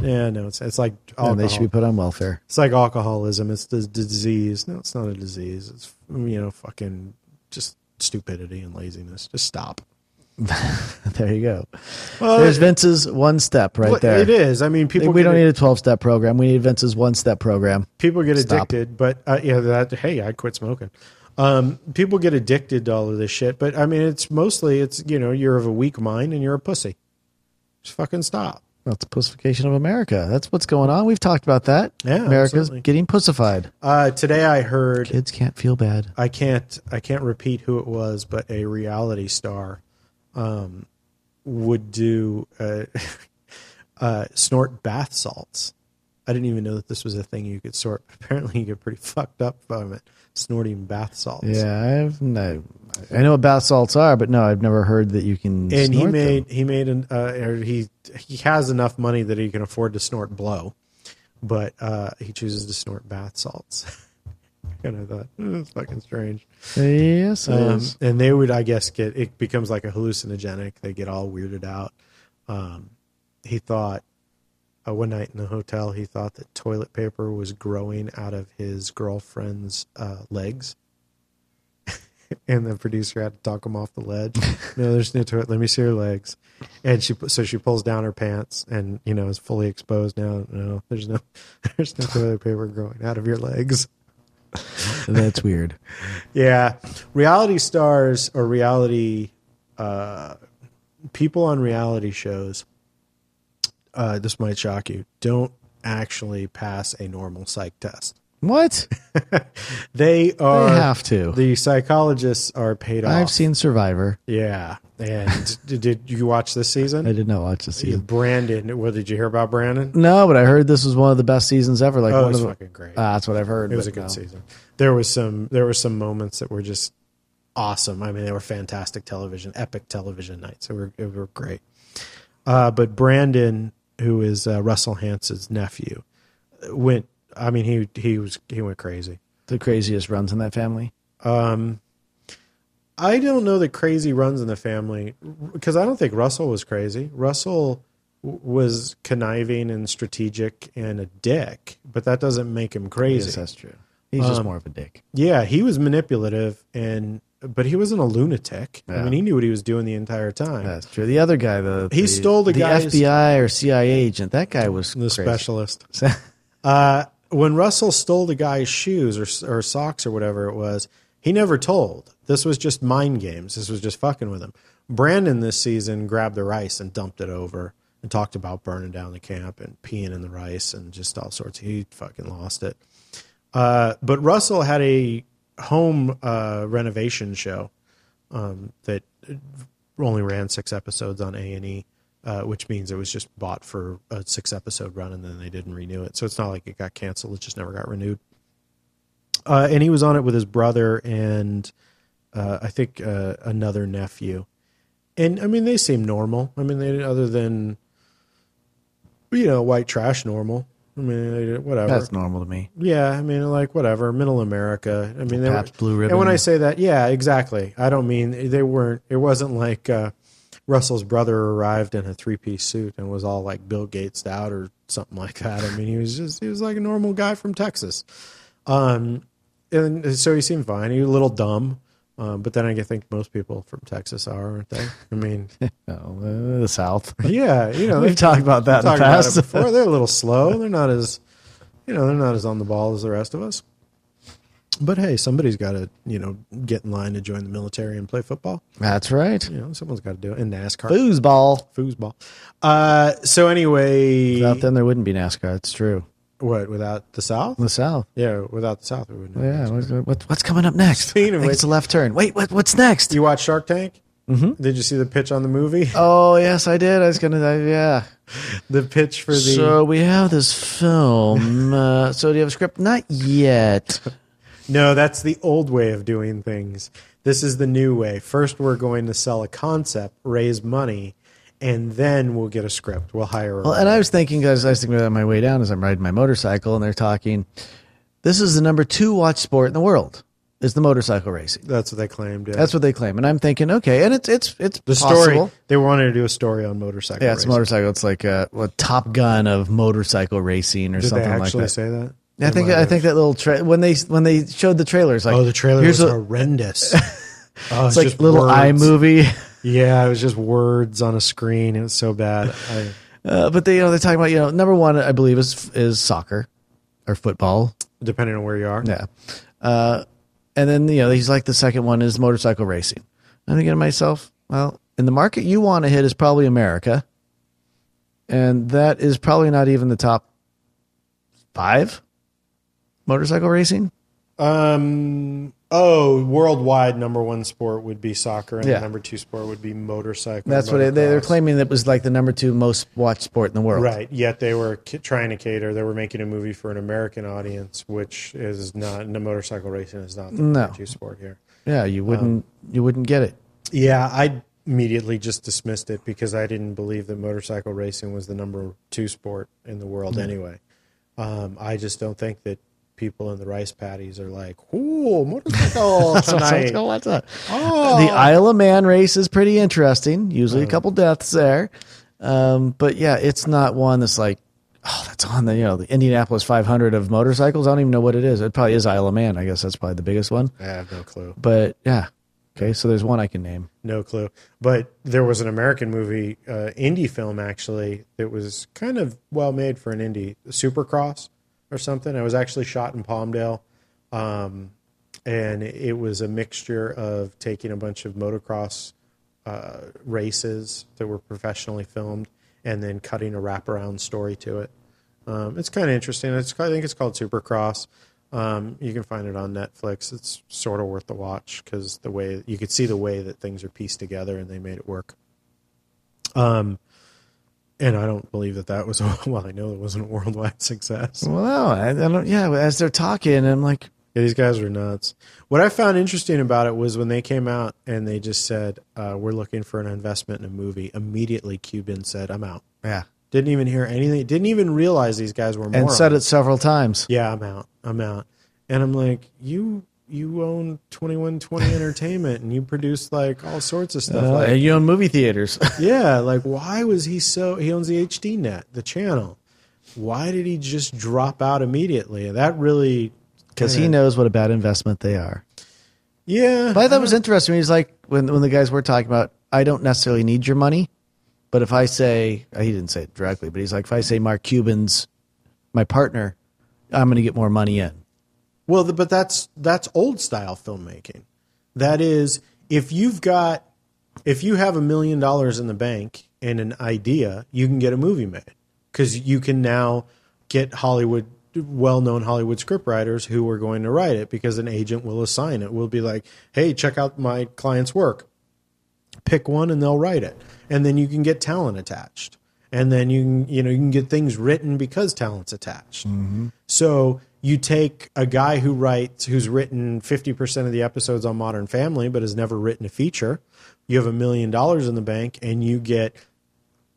Speaker 1: Yeah, no, it's it's like
Speaker 3: And they
Speaker 1: alcohol.
Speaker 3: should be put on welfare.
Speaker 1: It's like alcoholism. It's the disease. No, it's not a disease. It's you know fucking just stupidity and laziness. Just stop.
Speaker 3: There you go.
Speaker 1: Well,
Speaker 3: There's Vince's one step right
Speaker 1: well,
Speaker 3: there.
Speaker 1: It is. I mean, people
Speaker 3: we
Speaker 1: get
Speaker 3: don't
Speaker 1: it-
Speaker 3: need a 12 step program. We need Vince's one step program.
Speaker 1: people get
Speaker 3: Stop.
Speaker 1: addicted, but uh, yeah, that hey, I quit smoking. Um, people get addicted to all of this shit, but I mean, it's mostly it's you know you're of a weak mind and you're a pussy. Just fucking stop.
Speaker 3: That's pussification of America. That's what's going on. We've talked about that.
Speaker 1: Yeah,
Speaker 3: America's
Speaker 1: absolutely.
Speaker 3: getting pussified.
Speaker 1: Uh, today I heard
Speaker 3: Kids can't feel bad.
Speaker 1: I can't I can't repeat who it was, but a reality star um, would do uh, uh, snort bath salts. I didn't even know that this was a thing you could sort. Apparently, you get pretty fucked up from it snorting bath salts.
Speaker 3: Yeah, I've no. I know what bath salts are, but no, I've never heard that you can.
Speaker 1: and he
Speaker 3: snort them.
Speaker 1: made he made an uh, or he he has enough money that he can afford to snort blow, but uh, he chooses to snort bath salts. and I thought "Hmm, it's fucking strange.
Speaker 3: Yes, it
Speaker 1: Um,
Speaker 3: is.
Speaker 1: and they would, I guess, get it becomes like a hallucinogenic. They get all weirded out. Um, he thought uh, one night in the hotel, he thought that toilet paper was growing out of his girlfriend's uh, legs. and the producer had to talk him off the ledge. no, there's no toilet. Let me see her legs. And she so she pulls down her pants and you know is fully exposed now. No, there's no there's no toilet paper growing out of your legs.
Speaker 3: That's weird.
Speaker 1: Yeah, reality stars or reality uh, people on reality shows. Uh, this might shock you. Don't actually pass a normal psych test.
Speaker 3: What?
Speaker 1: They are
Speaker 3: have to.
Speaker 1: The psychologists are paid off.
Speaker 3: I've seen Survivor.
Speaker 1: Yeah, and did, did you watch this season?
Speaker 3: I did not watch the
Speaker 1: Yeah,
Speaker 3: season.
Speaker 1: Brandon. What did you hear about Brandon?
Speaker 3: No, but I heard this was one of the best seasons ever. Like
Speaker 1: Oh,
Speaker 3: one
Speaker 1: it was
Speaker 3: of the,
Speaker 1: fucking great.
Speaker 3: Ah, that's what I've heard.
Speaker 1: It was
Speaker 3: but
Speaker 1: a good
Speaker 3: no.
Speaker 1: season. There was some there were some moments that were just awesome. I mean, they were fantastic television, epic television nights. They were they were great. Uh, but Brandon, who is uh, Russell Hanson's nephew, went. I mean, he he was he went crazy.
Speaker 3: The craziest runs in that family.
Speaker 1: I don't know that crazy runs in the family because I don't think Russell was crazy. Russell w- was conniving and strategic and a dick, but that doesn't make him crazy.
Speaker 3: Yes, that's true. He's
Speaker 1: Um,
Speaker 3: just more of a dick.
Speaker 1: Yeah, he was manipulative and but he wasn't a lunatic. I
Speaker 3: Yeah.
Speaker 1: mean, he knew what he was doing the entire time.
Speaker 3: That's true. The other guy, the
Speaker 1: He
Speaker 3: the-
Speaker 1: stole the
Speaker 3: the
Speaker 1: guy's-
Speaker 3: FBI or CIA agent. That guy was
Speaker 1: the
Speaker 3: crazy.
Speaker 1: specialist. uh, when Russell stole the guy's shoes or or socks or whatever it was, he never told. This was just mind games. This was just fucking with him. Brandon this season grabbed the rice and dumped it over and talked about burning down the camp and peeing in the rice and just all sorts. He fucking lost it. Uh, but Russell had a home uh, renovation show um, that only ran six episodes on A and E, uh, which means it was just bought for a six episode run and then they didn't renew it. So it's not like it got canceled; it just never got renewed. Uh, and he was on it with his brother and uh, I think uh, another nephew. And I mean, they seem normal. I mean, they other than you know white trash normal. I mean, they- whatever.
Speaker 3: That's normal to me.
Speaker 1: Yeah, I mean, like whatever, middle America. I mean, they were,
Speaker 3: Pabst Blue Ribbon.
Speaker 1: And when I say that, yeah, exactly. I don't mean they weren't. It wasn't like uh, Russell's brother arrived in a three piece suit and was all like Bill Gates out or something like that. I mean, he was just he was like a normal guy from Texas. Um, and so he seemed fine. He was a little dumb, um, but then I think most people from Texas are, aren't they? I mean,
Speaker 3: Oh, uh, the South.
Speaker 1: yeah, you know,
Speaker 3: We've talked about that in the
Speaker 1: talked about it
Speaker 3: past.
Speaker 1: before. They're a little slow. They're not as, you know, they're not as on the ball as the rest of us. But hey, somebody's got to, you know, get in line to join the military and play football.
Speaker 3: That's right.
Speaker 1: You know, someone's got to do it. And NASCAR,
Speaker 3: Foosball.
Speaker 1: foosball. Uh, so anyway,
Speaker 3: Without them, there wouldn't be NASCAR. It's true.
Speaker 1: what without the South?
Speaker 3: The South.
Speaker 1: Yeah, without the South, we wouldn't. have
Speaker 3: Yeah. What, what- what's coming up next?
Speaker 1: Speaking of
Speaker 3: I think
Speaker 1: which-
Speaker 3: it's a left turn. Wait, what, what's next?
Speaker 1: You watch Shark Tank? Mm-hmm. Did you see the pitch on the movie?
Speaker 3: Oh, yes, I did. I was going to, yeah.
Speaker 1: The pitch for the
Speaker 3: So we have this film. Uh, so do you have a script? Not yet.
Speaker 1: No, that's the old way of doing things. This is the new way. First, we're going to sell a concept, raise money, and then we'll get a script. We'll hire a
Speaker 3: Well, and I was thinking, guys, I was thinking about it on my way down as I'm riding my motorcycle, and they're talking. This is the number two watch sport in the world. Is the motorcycle racing?
Speaker 1: that's what they claimed. Yeah.
Speaker 3: That's what they claim, and I'm thinking, okay, and it's it's it's
Speaker 1: the story.
Speaker 3: possible.
Speaker 1: They wanted to do a story on motorcycle.
Speaker 3: Yeah, it's
Speaker 1: racing.
Speaker 3: motorcycle. It's like a, a Top Gun of motorcycle racing or
Speaker 1: Did they
Speaker 3: something like
Speaker 1: actually
Speaker 3: that.
Speaker 1: say that?
Speaker 3: I think
Speaker 1: They might
Speaker 3: I think that little tra- when they when they showed the trailers, like
Speaker 1: have. Oh, the trailer
Speaker 3: here's
Speaker 1: was
Speaker 3: a,
Speaker 1: horrendous. Oh,
Speaker 3: it's like little
Speaker 1: words.
Speaker 3: iMovie.
Speaker 1: Yeah, it was just words on a screen. It was so bad. I,
Speaker 3: Uh, but they, you know, they're talking about, you know, number one, I believe is is soccer or football.
Speaker 1: depending on where you are.
Speaker 3: Yeah. Uh, and then, you know, he's like the second one is motorcycle racing. I'm thinking to myself, well, in the market you want to hit is probably America. And that is probably not even the top five motorcycle racing.
Speaker 1: Um. Oh, worldwide number one sport would be soccer, and
Speaker 3: Yeah.
Speaker 1: the number two sport would be motorcycle.
Speaker 3: That's what it, they, they're
Speaker 1: motocross.
Speaker 3: claiming that was like the number two most watched sport in the world.
Speaker 1: Right. Yet they were ki- trying to cater. They were making a movie for an American audience, which is not. No, motorcycle racing is not the
Speaker 3: No.
Speaker 1: number two sport here.
Speaker 3: Yeah. You wouldn't, you wouldn't get it.
Speaker 1: Yeah, I immediately just dismissed it because I didn't believe that motorcycle racing was the number two sport in the world
Speaker 3: Mm.
Speaker 1: anyway. Um, I just don't think that people in the rice paddies are like, "Ooh, motorcycle tonight."
Speaker 3: So what's that? The Isle of Man race is pretty interesting. Usually a couple deaths there, um, but yeah, it's not one that's like, oh, that's on the you know the Indianapolis 500 of motorcycles. I don't even know what it is. It probably is Isle of Man. I guess that's probably the biggest one.
Speaker 1: I have no clue.
Speaker 3: But yeah, Okay, so there's one I can name.
Speaker 1: No clue. But there was an American movie, uh, indie film actually, that was kind of well made for an indie, Supercross or something. It was actually shot in Palmdale. Um, and it was a mixture of taking a bunch of motocross uh, races that were professionally filmed and then cutting a wraparound story to it. Um, it's kind of interesting. It's, I think it's called Supercross. Um, you can find it on Netflix. It's sort of worth the watch because the way you could see the way that things are pieced together and they made it work. Um, and I don't believe that that was a, well. I know it wasn't a worldwide success.
Speaker 3: Well, I, I don't. Yeah, as they're talking, I'm like,
Speaker 1: Yeah, these guys were nuts. What I found interesting about it was when they came out and they just said, uh, "We're looking for an investment in a movie." Immediately, Cuban said, "I'm out."
Speaker 3: yeah,
Speaker 1: Didn't even hear anything. Didn't even realize these guys were
Speaker 3: and
Speaker 1: morons.
Speaker 3: said it several times.
Speaker 1: yeah, I'm out. I'm out. And I'm like, you you own 2120 Entertainment and you produce like all sorts of stuff.
Speaker 3: Uh,
Speaker 1: like,
Speaker 3: and you own movie theaters.
Speaker 1: yeah, like why was he so he owns the HD net, the channel. Why did he just drop out immediately? That really
Speaker 3: because he
Speaker 1: kinda-
Speaker 3: knows what a bad investment they are.
Speaker 1: Yeah.
Speaker 3: But I thought it was interesting. He's like when when the guys were talking about, I don't necessarily need your money, but if I say uh, he didn't say it directly, but he's like, if I say Mark Cuban's my partner, I'm going to get more money in.
Speaker 1: Well, th- but that's that's old style filmmaking. That is, if you've got if you have a million dollars in the bank and an idea, you can get a movie made because you can now get Hollywood well-known Hollywood scriptwriters who are going to write it because an agent will assign it. Will be like, "Hey, check out my client's work pick one and they'll write it and then you can get talent attached and then you can you know you can get things written because talent's attached so you take a guy who writes who's written 50% of the episodes on modern family but has never written a feature you have a million dollars in the bank and you get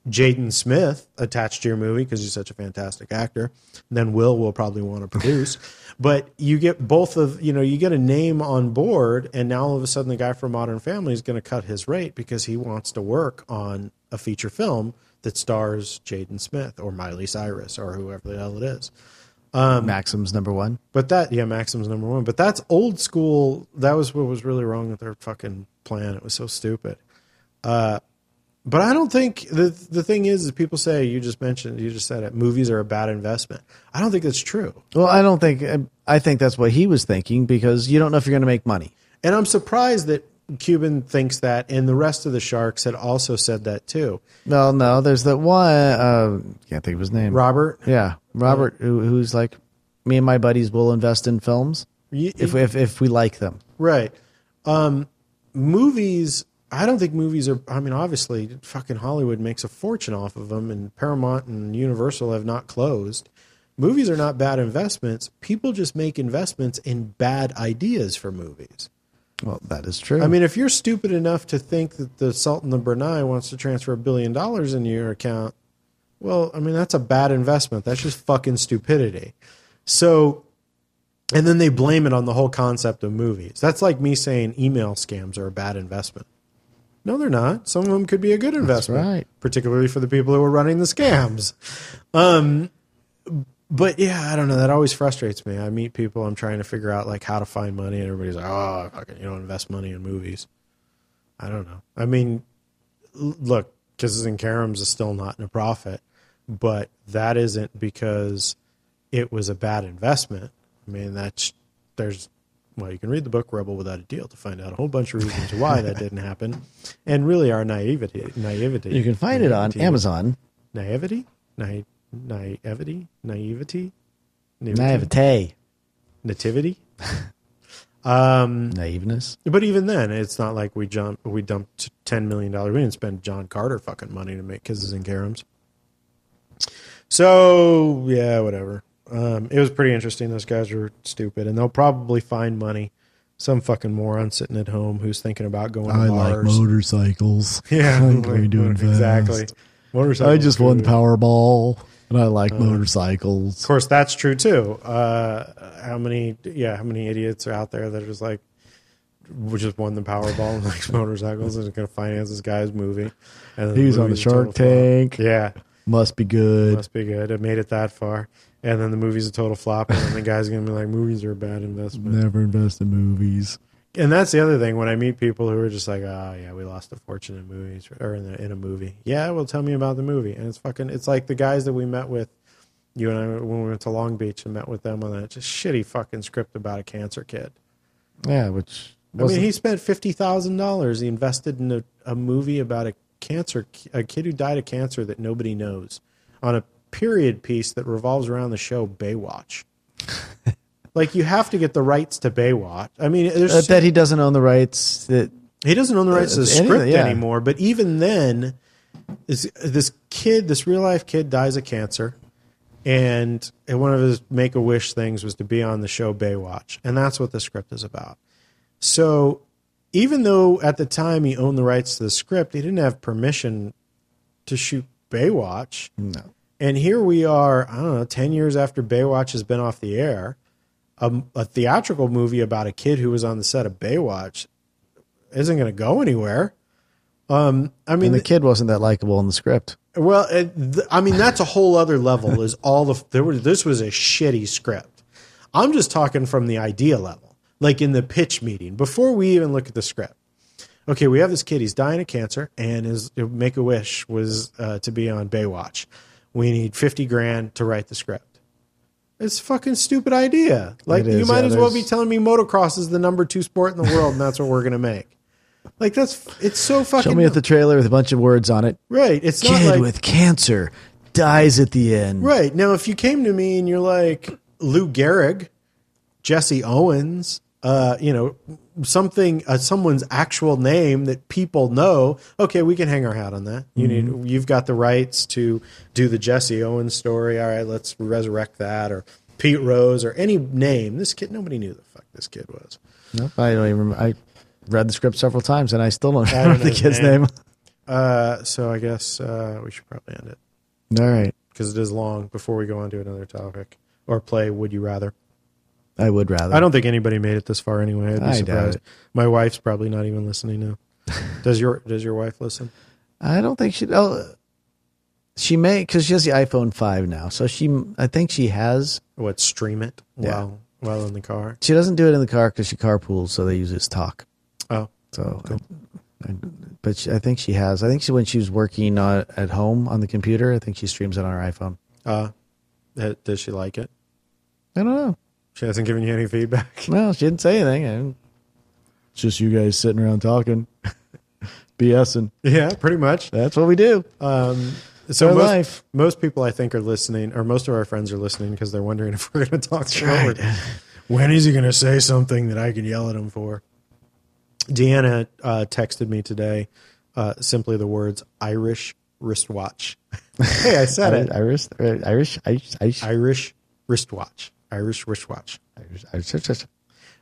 Speaker 1: Jaden Smith attached to your movie because he's such a fantastic actor. Then Will will probably want to produce. but you get both of, you know, you get a name on board, and now all of a sudden the guy from Modern Family is going to cut his rate because he wants to work on a feature film that stars Jaden Smith or Miley Cyrus or whoever the hell it is.
Speaker 3: Um, Maxim's number one.
Speaker 1: But that, yeah, Maxim's number one. But that's old school. That was what was really wrong with their fucking plan. It was so stupid. Uh, but I don't think the the thing is, is people say you just mentioned you just said it. Movies are a bad investment. I don't think that's true.
Speaker 3: Well, I don't think um, I think that's what he was thinking because you don't know if you're going to make money.
Speaker 1: And I'm surprised that Cuban thinks that, and the rest of the sharks had also said that too.
Speaker 3: Well, no, there's that one. Uh, can't think of his name.
Speaker 1: Robert,
Speaker 3: Yeah, Robert, who, who's like, me and my buddies will invest in films
Speaker 1: you-
Speaker 3: if if if we like them.
Speaker 1: Right. Um, movies. I don't think movies are. I mean, obviously, fucking Hollywood makes a fortune off of them, and Paramount and Universal have not closed. Movies are not bad investments. People just make investments in bad ideas for movies.
Speaker 3: Well, that is true.
Speaker 1: I mean, if you're stupid enough to think that the Sultan of Brunei wants to transfer a billion dollars into your account, well, I mean, that's a bad investment. That's just fucking stupidity. So, and then they blame it on the whole concept of movies. That's like me saying email scams are a bad investment. No, they're not. Some of them could be a good investment,
Speaker 3: right.
Speaker 1: particularly for the people who are running the scams. Um, But yeah, I don't know. That always frustrates me. I meet people. I'm trying to figure out like how to find money, and everybody's like, "Oh, fucking, you don't invest money in movies." I don't know. I mean, l- look, Kisses and Caroms is still not in a profit, but that isn't because it was a bad investment. I mean, that's there's well, you can read the book Rebel Without a Deal to find out a whole bunch of reasons why that didn't happen, and really our naivety. Naivety.
Speaker 3: you can find it on
Speaker 1: Naivety.
Speaker 3: Amazon.
Speaker 1: Naivety. Na- naivety. Naivety.
Speaker 3: Naivete,
Speaker 1: nativity. Mm.
Speaker 3: naiveness.
Speaker 1: But even then, it's not like we jump we dumped ten million dollars. We didn't spend John Carter fucking money to make kisses and caroms. So yeah, whatever. Um, it was pretty interesting. Those guys were stupid, and they'll probably find money. Some fucking moron sitting at home who's thinking about going to bars.
Speaker 3: motorcycles.
Speaker 1: yeah,
Speaker 3: I'm going
Speaker 1: like,
Speaker 3: to
Speaker 1: exactly.
Speaker 3: invest.
Speaker 1: Motorcycle.
Speaker 3: I just won Powerball, and I like motorcycles.
Speaker 1: Uh, Of course, that's true too. Uh, how many, yeah, how many idiots are out there that are just like, we just won the Powerball and likes motorcycles and is going to finance this guy's movie. And then
Speaker 3: He was on
Speaker 1: movie's
Speaker 3: the
Speaker 1: a
Speaker 3: Shark
Speaker 1: total flop.
Speaker 3: Tank.
Speaker 1: Yeah,
Speaker 3: Must be good.
Speaker 1: must be good. It made it that far, and then the movie's a total flop, and then the guy's going to be like, movies are a bad investment.
Speaker 3: Never invest in movies.
Speaker 1: and that's the other thing when I meet people who are just like, oh yeah, we lost a fortune in movies or in, the, in a movie. Yeah, well, tell me about the movie. And it's fucking, it's like the guys that we met with, you and I, when we went to Long Beach and met with them on that just shitty fucking script about a cancer kid.
Speaker 3: Yeah, which
Speaker 1: I mean,
Speaker 3: wasn't,
Speaker 1: he spent fifty thousand dollars. He invested in a, a movie about a cancer, a kid who died of cancer that nobody knows, on a period piece that revolves around the show Baywatch. like you have to get the rights to Baywatch. I mean, there's
Speaker 3: that, that he doesn't own the rights. That
Speaker 1: he doesn't own the rights to the
Speaker 3: Uh, any-
Speaker 1: script
Speaker 3: yeah.
Speaker 1: anymore. But even then, this, this kid, this real life kid, dies of cancer, and and one of his make a wish things was to be on the show Baywatch, and that's what the script is about. So, even though at the time he owned the rights to the script, he didn't have permission to shoot Baywatch.
Speaker 3: no,
Speaker 1: And here we are, I don't know, 10 years after Baywatch has been off the air, a, a theatrical movie about a kid who was on the set of Baywatch isn't going to go anywhere. Um, I mean,
Speaker 3: and the kid wasn't that likable in the script.
Speaker 1: well, it, th- I mean, that's a whole other level. Is all the there was this was a shitty script. I'm just talking from the idea level, like in the pitch meeting before we even look at the script. Okay, we have this kid. He's dying of cancer, and his make a wish was uh, to be on Baywatch. We need fifty grand to write the script. It's a fucking stupid idea. Like
Speaker 3: It is,
Speaker 1: you might
Speaker 3: yeah,
Speaker 1: as well be
Speaker 3: there's-
Speaker 1: telling me motocross is the number two sport in the world, and that's what we're gonna make. Like that's it's so fucking
Speaker 3: Show me at the trailer with a bunch of words on it.
Speaker 1: right. It's not
Speaker 3: Kid
Speaker 1: like
Speaker 3: with cancer dies at the end.
Speaker 1: Right. Now, if you came to me and you're like Lou Gehrig, Jesse Owens, uh, you know, something, uh, someone's actual name that people know, okay, we can hang our hat on that. You need, you've got the rights to do the Jesse Owens story. All right, let's resurrect that or Pete Rose or any name. This kid, nobody knew the fuck this kid was.
Speaker 3: Nope, I don't even. Remember. I read the script several times and I still don't
Speaker 1: know
Speaker 3: remember the
Speaker 1: his
Speaker 3: kid's
Speaker 1: name.
Speaker 3: name.
Speaker 1: Uh, so I guess uh, we should probably end it
Speaker 3: All right,
Speaker 1: because it is long before we go on to another topic or play Would You Rather.
Speaker 3: I would rather.
Speaker 1: I don't think anybody made it this far anyway. I'd be
Speaker 3: I doubt
Speaker 1: surprised.
Speaker 3: it.
Speaker 1: My wife's probably not even listening now. does your Does your wife listen?
Speaker 3: I don't think she. Oh, she may because she has the iPhone five now, so she. I think she has.
Speaker 1: What stream it while while in the car?
Speaker 3: She doesn't do it in the car because she carpools, so they use this talk.
Speaker 1: Oh,
Speaker 3: So, I- I- but she, I think she has. I think she when she was working on, at home on the computer, I think she streams it on her iPhone.
Speaker 1: uh, th- does she like it?
Speaker 3: I don't know.
Speaker 1: She hasn't given you any feedback.
Speaker 3: No, she didn't say anything. I didn't- It's just you guys sitting around talking, BSing.
Speaker 1: yeah, pretty much.
Speaker 3: That's what we do.
Speaker 1: Um, so
Speaker 3: Our
Speaker 1: most,
Speaker 3: life.
Speaker 1: most people I think are listening, or most of our friends are listening because they're wondering if we're going to talk forward. When is he going to say something that I can yell at him for? Deanna uh, texted me today uh, simply the words Irish wristwatch. hey, I said it.
Speaker 3: Irish, Irish, Irish, Irish,
Speaker 1: Irish wristwatch. Irish wristwatch.
Speaker 3: Irish, Irish.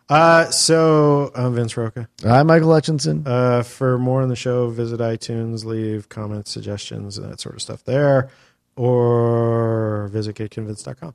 Speaker 1: Uh, so, I'm Vince Roca.
Speaker 3: I'm Michael Hutchinson.
Speaker 1: Uh, for more on the show, visit iTunes, leave comments, suggestions, and that sort of stuff there, or visit getconvinced.com.